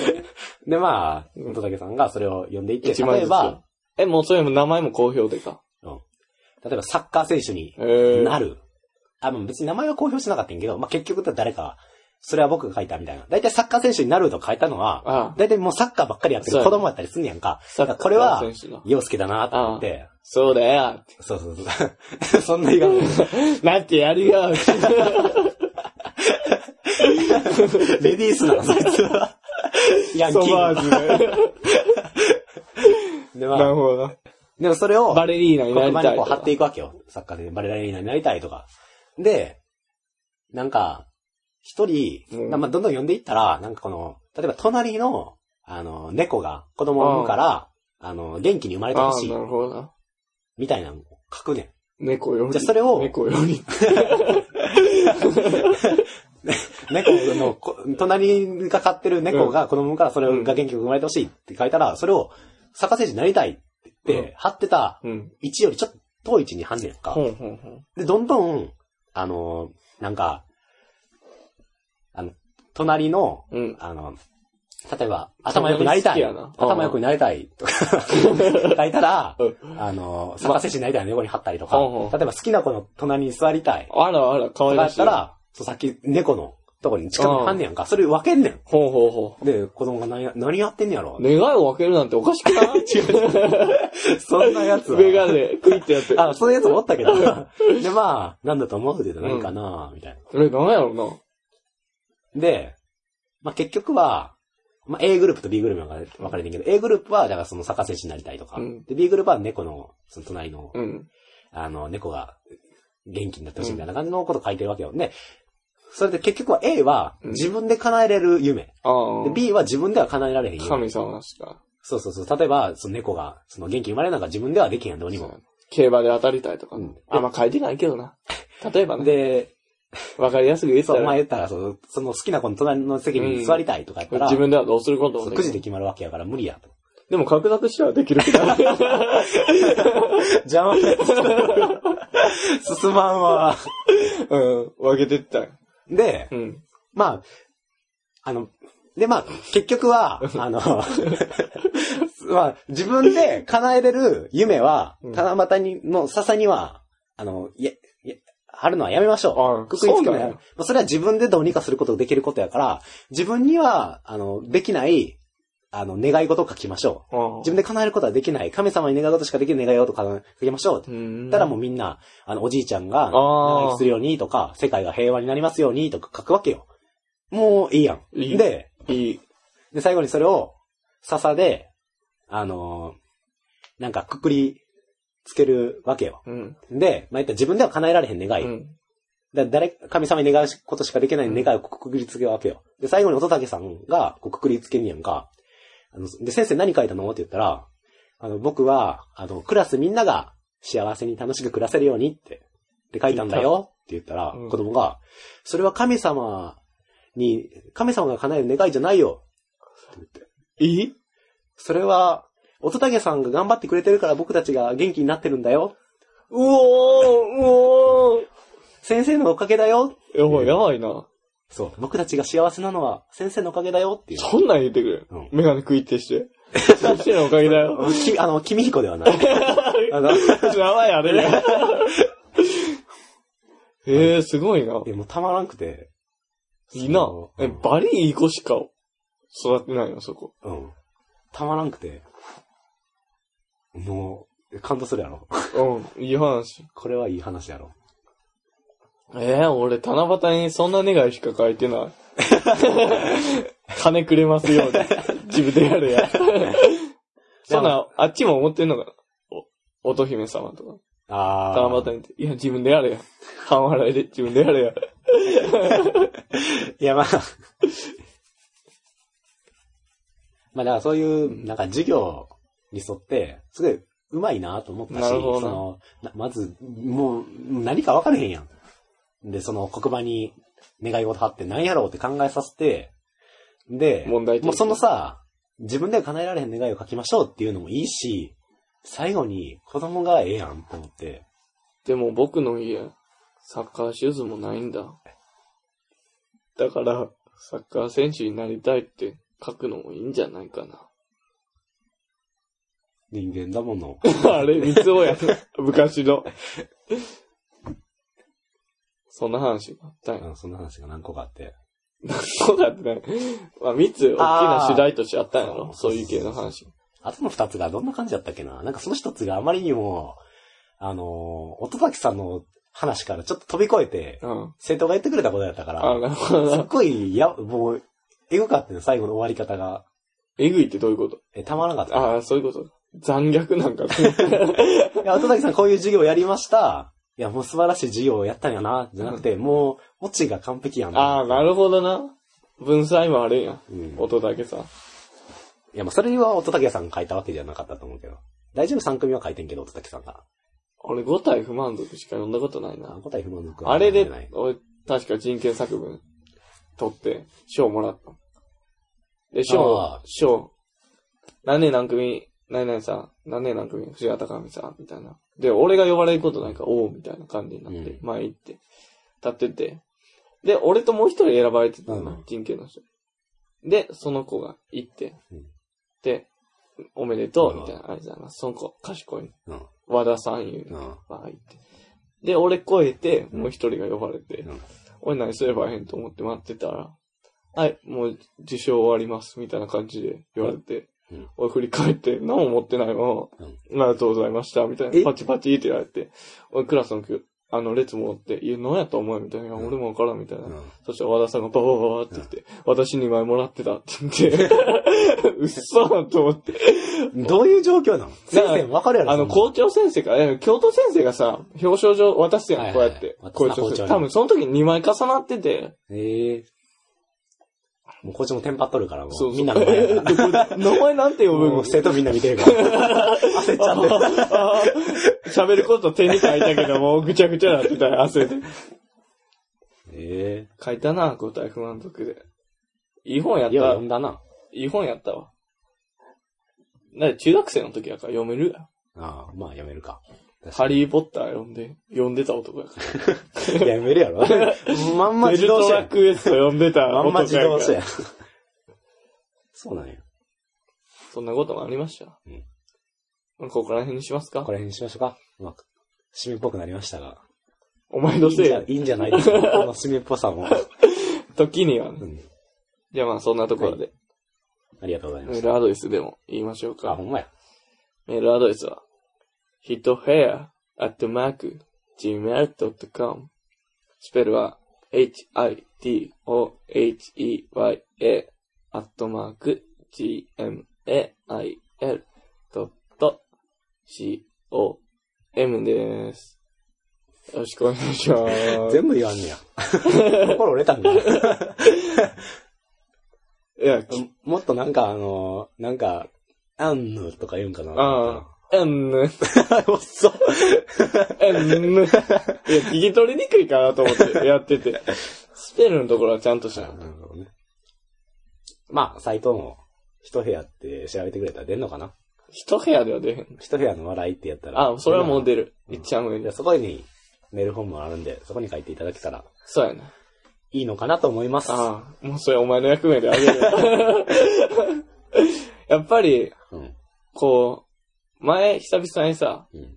B: で、まあ、本竹さんがそれを読んでいって、
A: 一枚
B: 例え
A: ずつ
B: ば、。
A: え、もうそれも名前も公表でか。
B: 例えばサッカー選手に
A: えー。
B: なる。あ、もう別に名前は公表してなかったんやけど、まあ結局誰か、それは僕が書いたみたいな。大体サッカー選手になると書いたのは、
A: ああ。
B: 大体もうサッカーばっかりやって
A: そう
B: る
A: や
B: 子供やったりすんねやんか。
A: さ
B: だからこれは、
A: 手の
B: 洋介だなと思って、
A: そうだよ。
B: そうそうそう。 そんな言い方
A: なんてやる よ。
B: レディースなの、そいつ は。ヤンキ
A: ソバ
B: ー
A: ージュで。
B: の。で、
A: な
B: ま
A: る
B: あ、
A: ほど
B: でもそれ
A: な。
B: を、
A: バレリーナにな
B: 黒
A: り
B: 板
A: た
B: に
A: い
B: ことう貼
A: か。
B: っていくわけよ。サッカーでバレラリーナになりたいとか。で、なんか、一人、
A: うん
B: まあ、どんどん呼んでいったら、なんかこの、例えば隣の、あの、猫が子供を産むから、あの、元気に生まれて
A: あ
B: ほ
A: あ、
B: しい
A: な、るほどな。
B: みたいなのを書くね
A: 猫より。
B: じゃあそれを
A: 猫より。
B: ん。猫の、こ隣が飼ってる猫が子供を産むから、それが元気に生まれてほしいって書いたら、それを、サッカー選手になりたいって言って、貼ってた
A: うん。
B: 位置よりちょっと遠い位置に貼んねやんか。
A: ほんほんほん。
B: で、どんどん、あのーなんか、あの、隣の、
A: うん。
B: あの、例えば、頭良くなりたい。
A: 好きやな
B: 頭良くなりたい とか、書いたら
A: うん、
B: あの、サッカー選手になりたいの横に貼ったりとか、
A: ほうほう
B: 例えば好きな子の隣に座りたい
A: あらあら、可
B: とか
A: 愛
B: や
A: ら
B: っ
A: しい。
B: たら、そうさっき猫のとこに近くに貼んねやんか、それ分けんねん。
A: ほうほうほ
B: で、子供が何や何やってんねやろ
A: う。。願いを分けるなんておかしくない
B: そんなやつは
A: メガネ、クイってやって。
B: あ、そういうやつ思っ たけど。で、まあ、なんだと思うって言うと何かな、みたいな。
A: え、なんやろな。
B: で、まあ、結局は、まあ、A グループと B グループに分かれ分かれてんけど、A グループは、だからその逆選手になりたいとか、
A: うん
B: で、B グループは猫の、その隣の、
A: うん。
B: あの、猫が元気になってほしいみたいな感じのことを書いてるわけよ。で、それで結局は A は
A: うん
B: 自分で叶えれる夢。
A: ああ。
B: で、B は自分では叶えられへん夢。
A: 神様しか。
B: そうそうそう。例えば、その猫が、その元気に生まれなんか自分ではできへん、どうに
A: そう
B: も
A: や。競馬で当たりたいとか。
B: うん
A: あんま書いてないけどな。例えばね。
B: で、
A: わかりやすく言った
B: そう、
A: ら、
B: 前言ったら、その、その好きな子の隣の席に座りたいとか言ったら、
A: 自分ではどうすること
B: そう
A: も
B: く
A: で
B: じ
A: き
B: で
A: る。
B: 決まるわけやから無理やと。
A: でも、格諾してはできるけど。
B: じゃん 進まんわ。
A: うん。分けてったん
B: で、
A: うん。
B: まあ、あの、で、まあ、結 局は、あの、 まあ、自分で叶えれる夢は、
A: うん
B: 七夕に、の笹には、あの、いや、いや、貼るのはやめまし
A: あ
B: ょ
A: あ
B: う。くくりつけるの
A: そうな
B: はや
A: ん
B: め
A: や
B: まあそれは自分でどうにかすることができることやから、自分には、あの、できない、あの、願い事を書きましょう。自分で叶えることはできない。神様に願い事しかできる願い事を書きましょう。
A: 分
B: たらも
A: う。
B: うんみんな、あの、おじいちゃんが、長生
A: あ
B: きするようにとか、世界が平和になりますようにとか書くわけよ。もういいやん。
A: いい
B: で、
A: あ。いい。
B: で、最後にそれを、笹で、あのーなんかくくりつけるわけよ。
A: うん。
B: で、まあ、言ったら自分では叶えられへん願い。
A: うん。
B: だ誰、神様に願うことしかできない願いをくくりつけるわけよ。で、最後に乙武さんがこうくくりつけんねやんか。あの、で、先生何書いたのって言ったら、あの、僕は、あの、クラスみんなが幸せに楽しく暮らせるようにって、って書いたんだよって言ったら、
A: うん
B: 子供が、それは神様に、神様が叶える願いじゃないよって言って。
A: いい
B: それは、乙武さんが頑張ってくれてるから僕たちが元気になってるんだよ。
A: うおーう
B: 先生のおかげだよ。
A: おーやばい、やばいな。
B: そう。僕たちが幸せなのは先生のおかげだよっていう。
A: そんなん言ってくる
B: うん。
A: メガネ食いって して。そっちのおかげだよ。
B: き、あの、君彦ではない。 あの、
A: やばい、あれ。えー、すごいな。
B: でもたまらんくて。
A: いいな
B: そ。う
A: え、
B: うん
A: バリいい子しか育てないの、そこ。
B: うん。たまらんくて。もう、感動するやろ。
A: うん、いい話。
B: これはいい話やろ。
A: えー、俺、七夕にそんな願いしか書いてない。金くれますよう に。自分でやるや。そんな、あっちも思ってんのかなお、乙姫様とか。
B: あー。
A: 七夕にって。いや、自分でやれや。半笑いで自分でやれや。
B: いや、まあ。 まあ、だからそういう、なんか授業に沿って、すごい上手いなと思ったし、
A: なるほどな
B: その、なまず、もう、何か分かれへんやん。で、その黒板に願い事貼って何やろうって考えさせて、で、
A: 問題点
B: もうそのさ、自分では叶えられへん願いを書きましょうっていうのもいいし、最後に子供がええやんと思って、
A: でも僕の家、サッカーシューズもないんだ。だから、サッカー選手になりたいって書くのもいいんじゃないかな。
B: 人間だもの。
A: あれ、三つ親の、昔の。そんな話があったんや。
B: うんそんな話が何個かあって。
A: そうだってね。まあ、三つ、大きな主題としてあったんやろ
B: あー
A: そういう系の話。
B: あとの二つがどんな感じだったっけななんかその一つがあまりにも、あのー、音崎さんの話からちょっと飛び越えて、
A: うん。
B: 生徒が言ってくれたことやったか
A: あ、
B: ら、
A: なるほど
B: すっ
A: な。
B: ごい、や、もう、エゴかっての最後の終わり方が、
A: えぐいってどういうこと
B: え、たまらなかっ
A: ああ、そういうこと。残虐なんかね。
B: た。いや、音崎さんこういう授業やりました。いや、もう素晴らしい授業をやったんやな、じゃなくて、もう、オチが完璧やな。
A: ああ、なるほどな。文才もあるんや。
B: うん。い
A: 音だけさ。
B: や、まあ、それは音竹さんが書いたわけじゃなかったと思うけど。大丈夫3組は書いてんけど、音竹さんが。
A: 俺5体不満足しか読んだことないな。
B: 答え不満足は
A: あれ
B: ない
A: で、俺、確か人権作文、取って、賞もらった。で、賞
B: あ、
A: 賞、何年何組、何々さん、何年何組、藤原隆さん、みたいな。で、俺が呼ばれることないから、おう、みたいな感じになって、
B: う
A: 前行って、立ってて。で、俺ともう一人選ばれてたの、
B: うん
A: 人権の人。で、その子が行って、
B: うん
A: で、おめでとう、
B: うん
A: みたいな、ありがとうございます。その子、賢い。
B: うん。
A: 和田さんいう、
B: うん。
A: わーいって。で、俺超えて、もう一人が呼ばれて、
B: うん
A: 俺何すればええんと思って待ってたら、はい、もう受賞終わります、みたいな感じで言われて、
B: うん
A: 俺振り返って、何も持ってないまま、
B: うん
A: ありがとうございました、みたい
B: え
A: な、パチパチって言われて、俺クラスのあの列戻って、いや、何やったお前みたいな、いや俺もわからんみたいな。
B: うん。
A: そしたら和田さんがババババって言って、私2枚もらってたって言って、うっそーと思って。
B: どういう状況なの先生わかるやろ
A: あの、校長先生から、いや教頭先生がさ、表彰状渡すやん、
B: はい
A: こう
B: はい
A: や
B: はい
A: って
B: 渡。す
A: 校
B: な
A: 長
B: 校長
A: 先生。
B: に
A: 多分、その時に2枚重なってて、
B: ええもうこっちもテンパっとるから、も
A: そうそう
B: う。みんなの前 やか
A: でこれ 名前なんて呼
B: ら。
A: ぶ
B: も
A: の
B: う生徒みんな見てるから。焦っちゃってる。
A: あー 喋ること手に書いたけど、もうぐちゃぐちゃなってたよ、汗で。
B: え
A: 書いたな、答え不満足で。いい本
B: え
A: やっ
B: いや、
A: た
B: 読。んだな。
A: いい本やったわ。だって中学生の時やから読めるやん
B: ああ、まあやめるか。
A: ハリーポッター読んで、読んでた男やから。
B: いややめる やろ。まんま
A: ベ
B: 自
A: ル
B: 動
A: ト
B: 車
A: ラ
B: やん。
A: クエスト読んでた
B: まん
A: 男
B: ま自
A: や
B: 動
A: か
B: 車
A: ら。
B: やん。 そうなんや。
A: そんなこともありましたよ
B: うん。
A: うん、ここら辺にしますか
B: これ辺にしましょうか。うまく。締めっぽくなりましたが。
A: お前の
B: いいん
A: せい
B: じゃ
A: や、
B: いいんじゃない ですか。この締めっぽさも。
A: 時には
B: う
A: ね。
B: ん。
A: じゃあまあそんなところで、
B: ありがとうございま
A: メー
B: し
A: ルアドレスでも言いましょう
B: た。あ、
A: か
B: ほ。んまや。
A: メールアドレスは、hitohair.gmail.com スペルは、h-i-t-o-h-e-y-a アットマーク gmail.com です。よろしくお願いします。
B: 全部言わんねや。 心折れたんだ。
A: いや、き
B: もっとなんかあの、なんか、あんぬとか言うんかな。
A: ああ、えんぬ、
B: あ。おっそ。
A: えん ぬ。いや、聞き取りにくいかなと思ってやってて。スペルのところはちゃんとした。
B: なるほどね。まあ、サイトも、一部屋って調べてくれたら出んのかな
A: 一部屋では出へん。
B: 一部屋の笑いってやったら。
A: あ、それはもう出る。
B: うん
A: 一番上
B: じ
A: に
B: ゃあ。そこにメールフォームもあるんで、そこに書いていただけたら
A: そうやな。
B: いいのかなと思います。
A: ああ、もうそれお前の役目であげる。 やっぱり、
B: うん。こ
A: こう、前、久々にさ、
B: う。うん。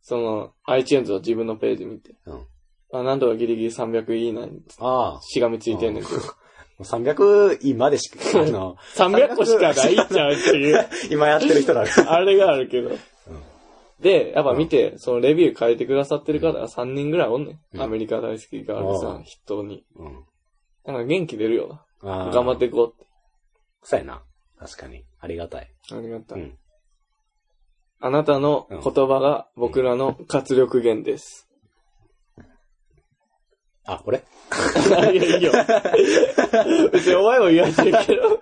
A: その、iTunes を自分のページ見て、
B: うん。
A: あ、なんとかギリギリ300いいなに、
B: ああ。
A: しがみついてんね んけど、
B: もう300位まで しか、あの、
A: 300個しかないんちゃうっていう、
B: 今やってる人 だから。
A: あれがあるけど。で、やっぱ見て、そのレビュー書いてくださってる方が3人ぐらいおんね
B: うん
A: ん。アメリカ大好きガールさ
B: ああ
A: ん、人に。
B: うん。
A: なんか元気出るよな。
B: ああ。
A: 頑張っていこうって。
B: そうやな。確かに。ありがたい。
A: ありがた
B: う
A: い。
B: ん。
A: あなたの言葉が僕らの活力源です。
B: あ、俺
A: いや、いいよ。別にお前も言われてるけど、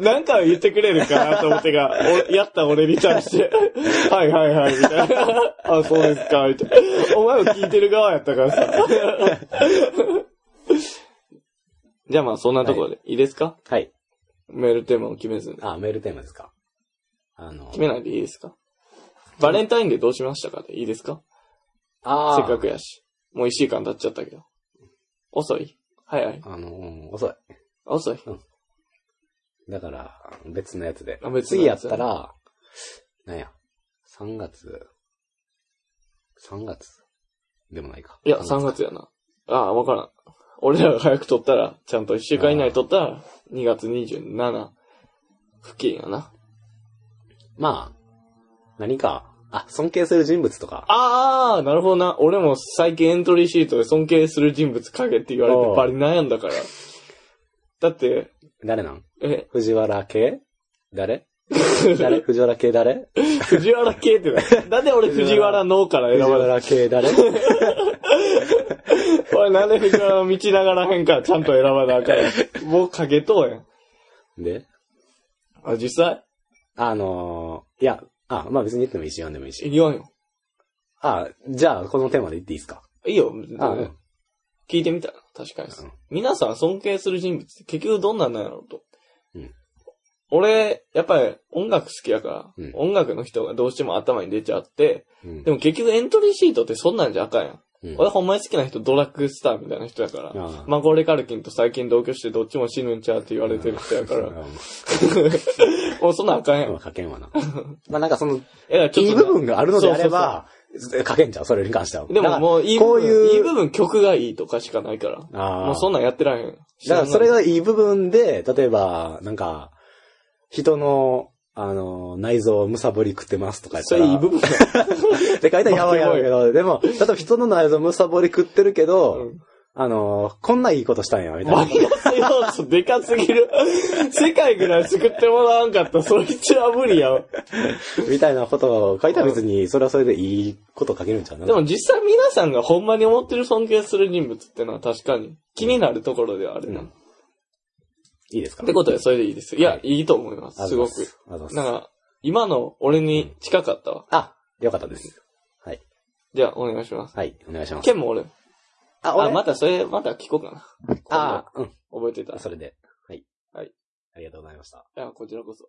A: なんかは言ってくれるかなと思ってが、おやった俺に対して、はいはいはい、みたいな。あ、そうですか、みたいな。お前も聞いてる側やったからさ。じゃあまあそんなところで、い、いですか
B: はい。
A: メールテーマを決めずに。
B: あ、メールテーマですか。あの、
A: 決めないでいいですかバレンタインデーどうしましたかでいいですか
B: ああ、
A: せっかくやし。もう一週間経っちゃったけど。遅い早い
B: あの、うん遅い。
A: 遅い
B: だから、別のやつで
A: あ。別の
B: 次や
A: や
B: っ
A: つね
B: たら、なんや、3月、3月でもないか。
A: いや、3月やな。ああ、わからん。俺らが早く撮ったら、ちゃんと一週間以内に撮ったら、2月27付近やな。
B: まあ、何か、あ、尊敬する人物とか、
A: ああ、なるほどな。俺も最近エントリーシートで尊敬する人物書けって言われ
B: おう
A: てバリ悩んだから。だって、
B: 誰なん
A: え、
B: 藤原系誰誰藤原系誰
A: 藤原系って な。なんで俺藤原のから選
B: 藤
A: ばれ
B: 原系誰
A: た俺なんで藤原の道ながらへんからちゃんと選ばなあか ん。もう書けとうやん。
B: で、
A: あ、実際
B: あのー、いや、あ、まあ別に言ってもいいし、読んでもいいし。
A: 言わんよ。
B: あ、じゃあ、このテーマで言っていいですか
A: いいよ。
B: あ、うん。
A: 聞いてみたら、確かに、
B: うん
A: 皆さん尊敬する人物って結局どんなんなんやろうと。
B: うん
A: 俺、やっぱり音楽好きやから、
B: うん
A: 音楽の人がどうしても頭に出ちゃって、
B: うん
A: でも結局エントリーシートってそんなんじゃあかんやん。
B: うん
A: 俺ほんまに好きな人ドラッグスターみたいな人やから、
B: ああ
A: マゴレカルキンと最近同居してどっちも死ぬんちゃうって言われてる人やか
B: う
A: ら、
B: ん
A: もうそんなんあかんやん。
B: まあ、書け んわな。まあなんかその、
A: えらちょっ
B: い
A: と
B: い
A: な
B: 部分があるのであれば、書けんじゃん、それに関しては。
A: でももういい部
B: こう
A: 分、
B: いう
A: いい部分曲がいいとかしかないから、
B: だからああ。
A: もうそんなんやってられへん。
B: だからそれ
A: が、
B: がいい部分で、例えば、なんか、人のあの、内臓をむさぶり食ってますとか言った
A: そ
B: ら。
A: れいい部分だ。
B: って書いたらやばいやばいけど、でも、例えば人の内臓むさぼり食ってるけど、
A: うん
B: あの、こんないいことしたんや、みたい
A: マ
B: な。
A: イナス要素でかすぎる。 世界ぐらい作ってもらわんかったらそいつら無理やわ。
B: みたいなことを書いたら別に、それはそれでいいこと書けるんちゃうな。
A: でも実際皆さんがほんまに思ってる尊敬する人物ってのは確かに気になるところではあるな。
B: うん
A: っ
B: いいですか
A: てことでそれでいいですよ。いや、
B: はい
A: い、いと思います。すごく。。
B: ありがとうございます。
A: なんか、今の俺に近かったわ。
B: あ、よかったです。はい。
A: じゃあ、お願いします。
B: はい、お願いします。
A: ケンも俺。
B: あ
A: あ、ま
B: ま
A: たそれ、また聞こうかな。
B: あ、うん。
A: 覚えてた。
B: それで。はい。
A: はい。
B: ありがとうございました。
A: いや、こちらこそ。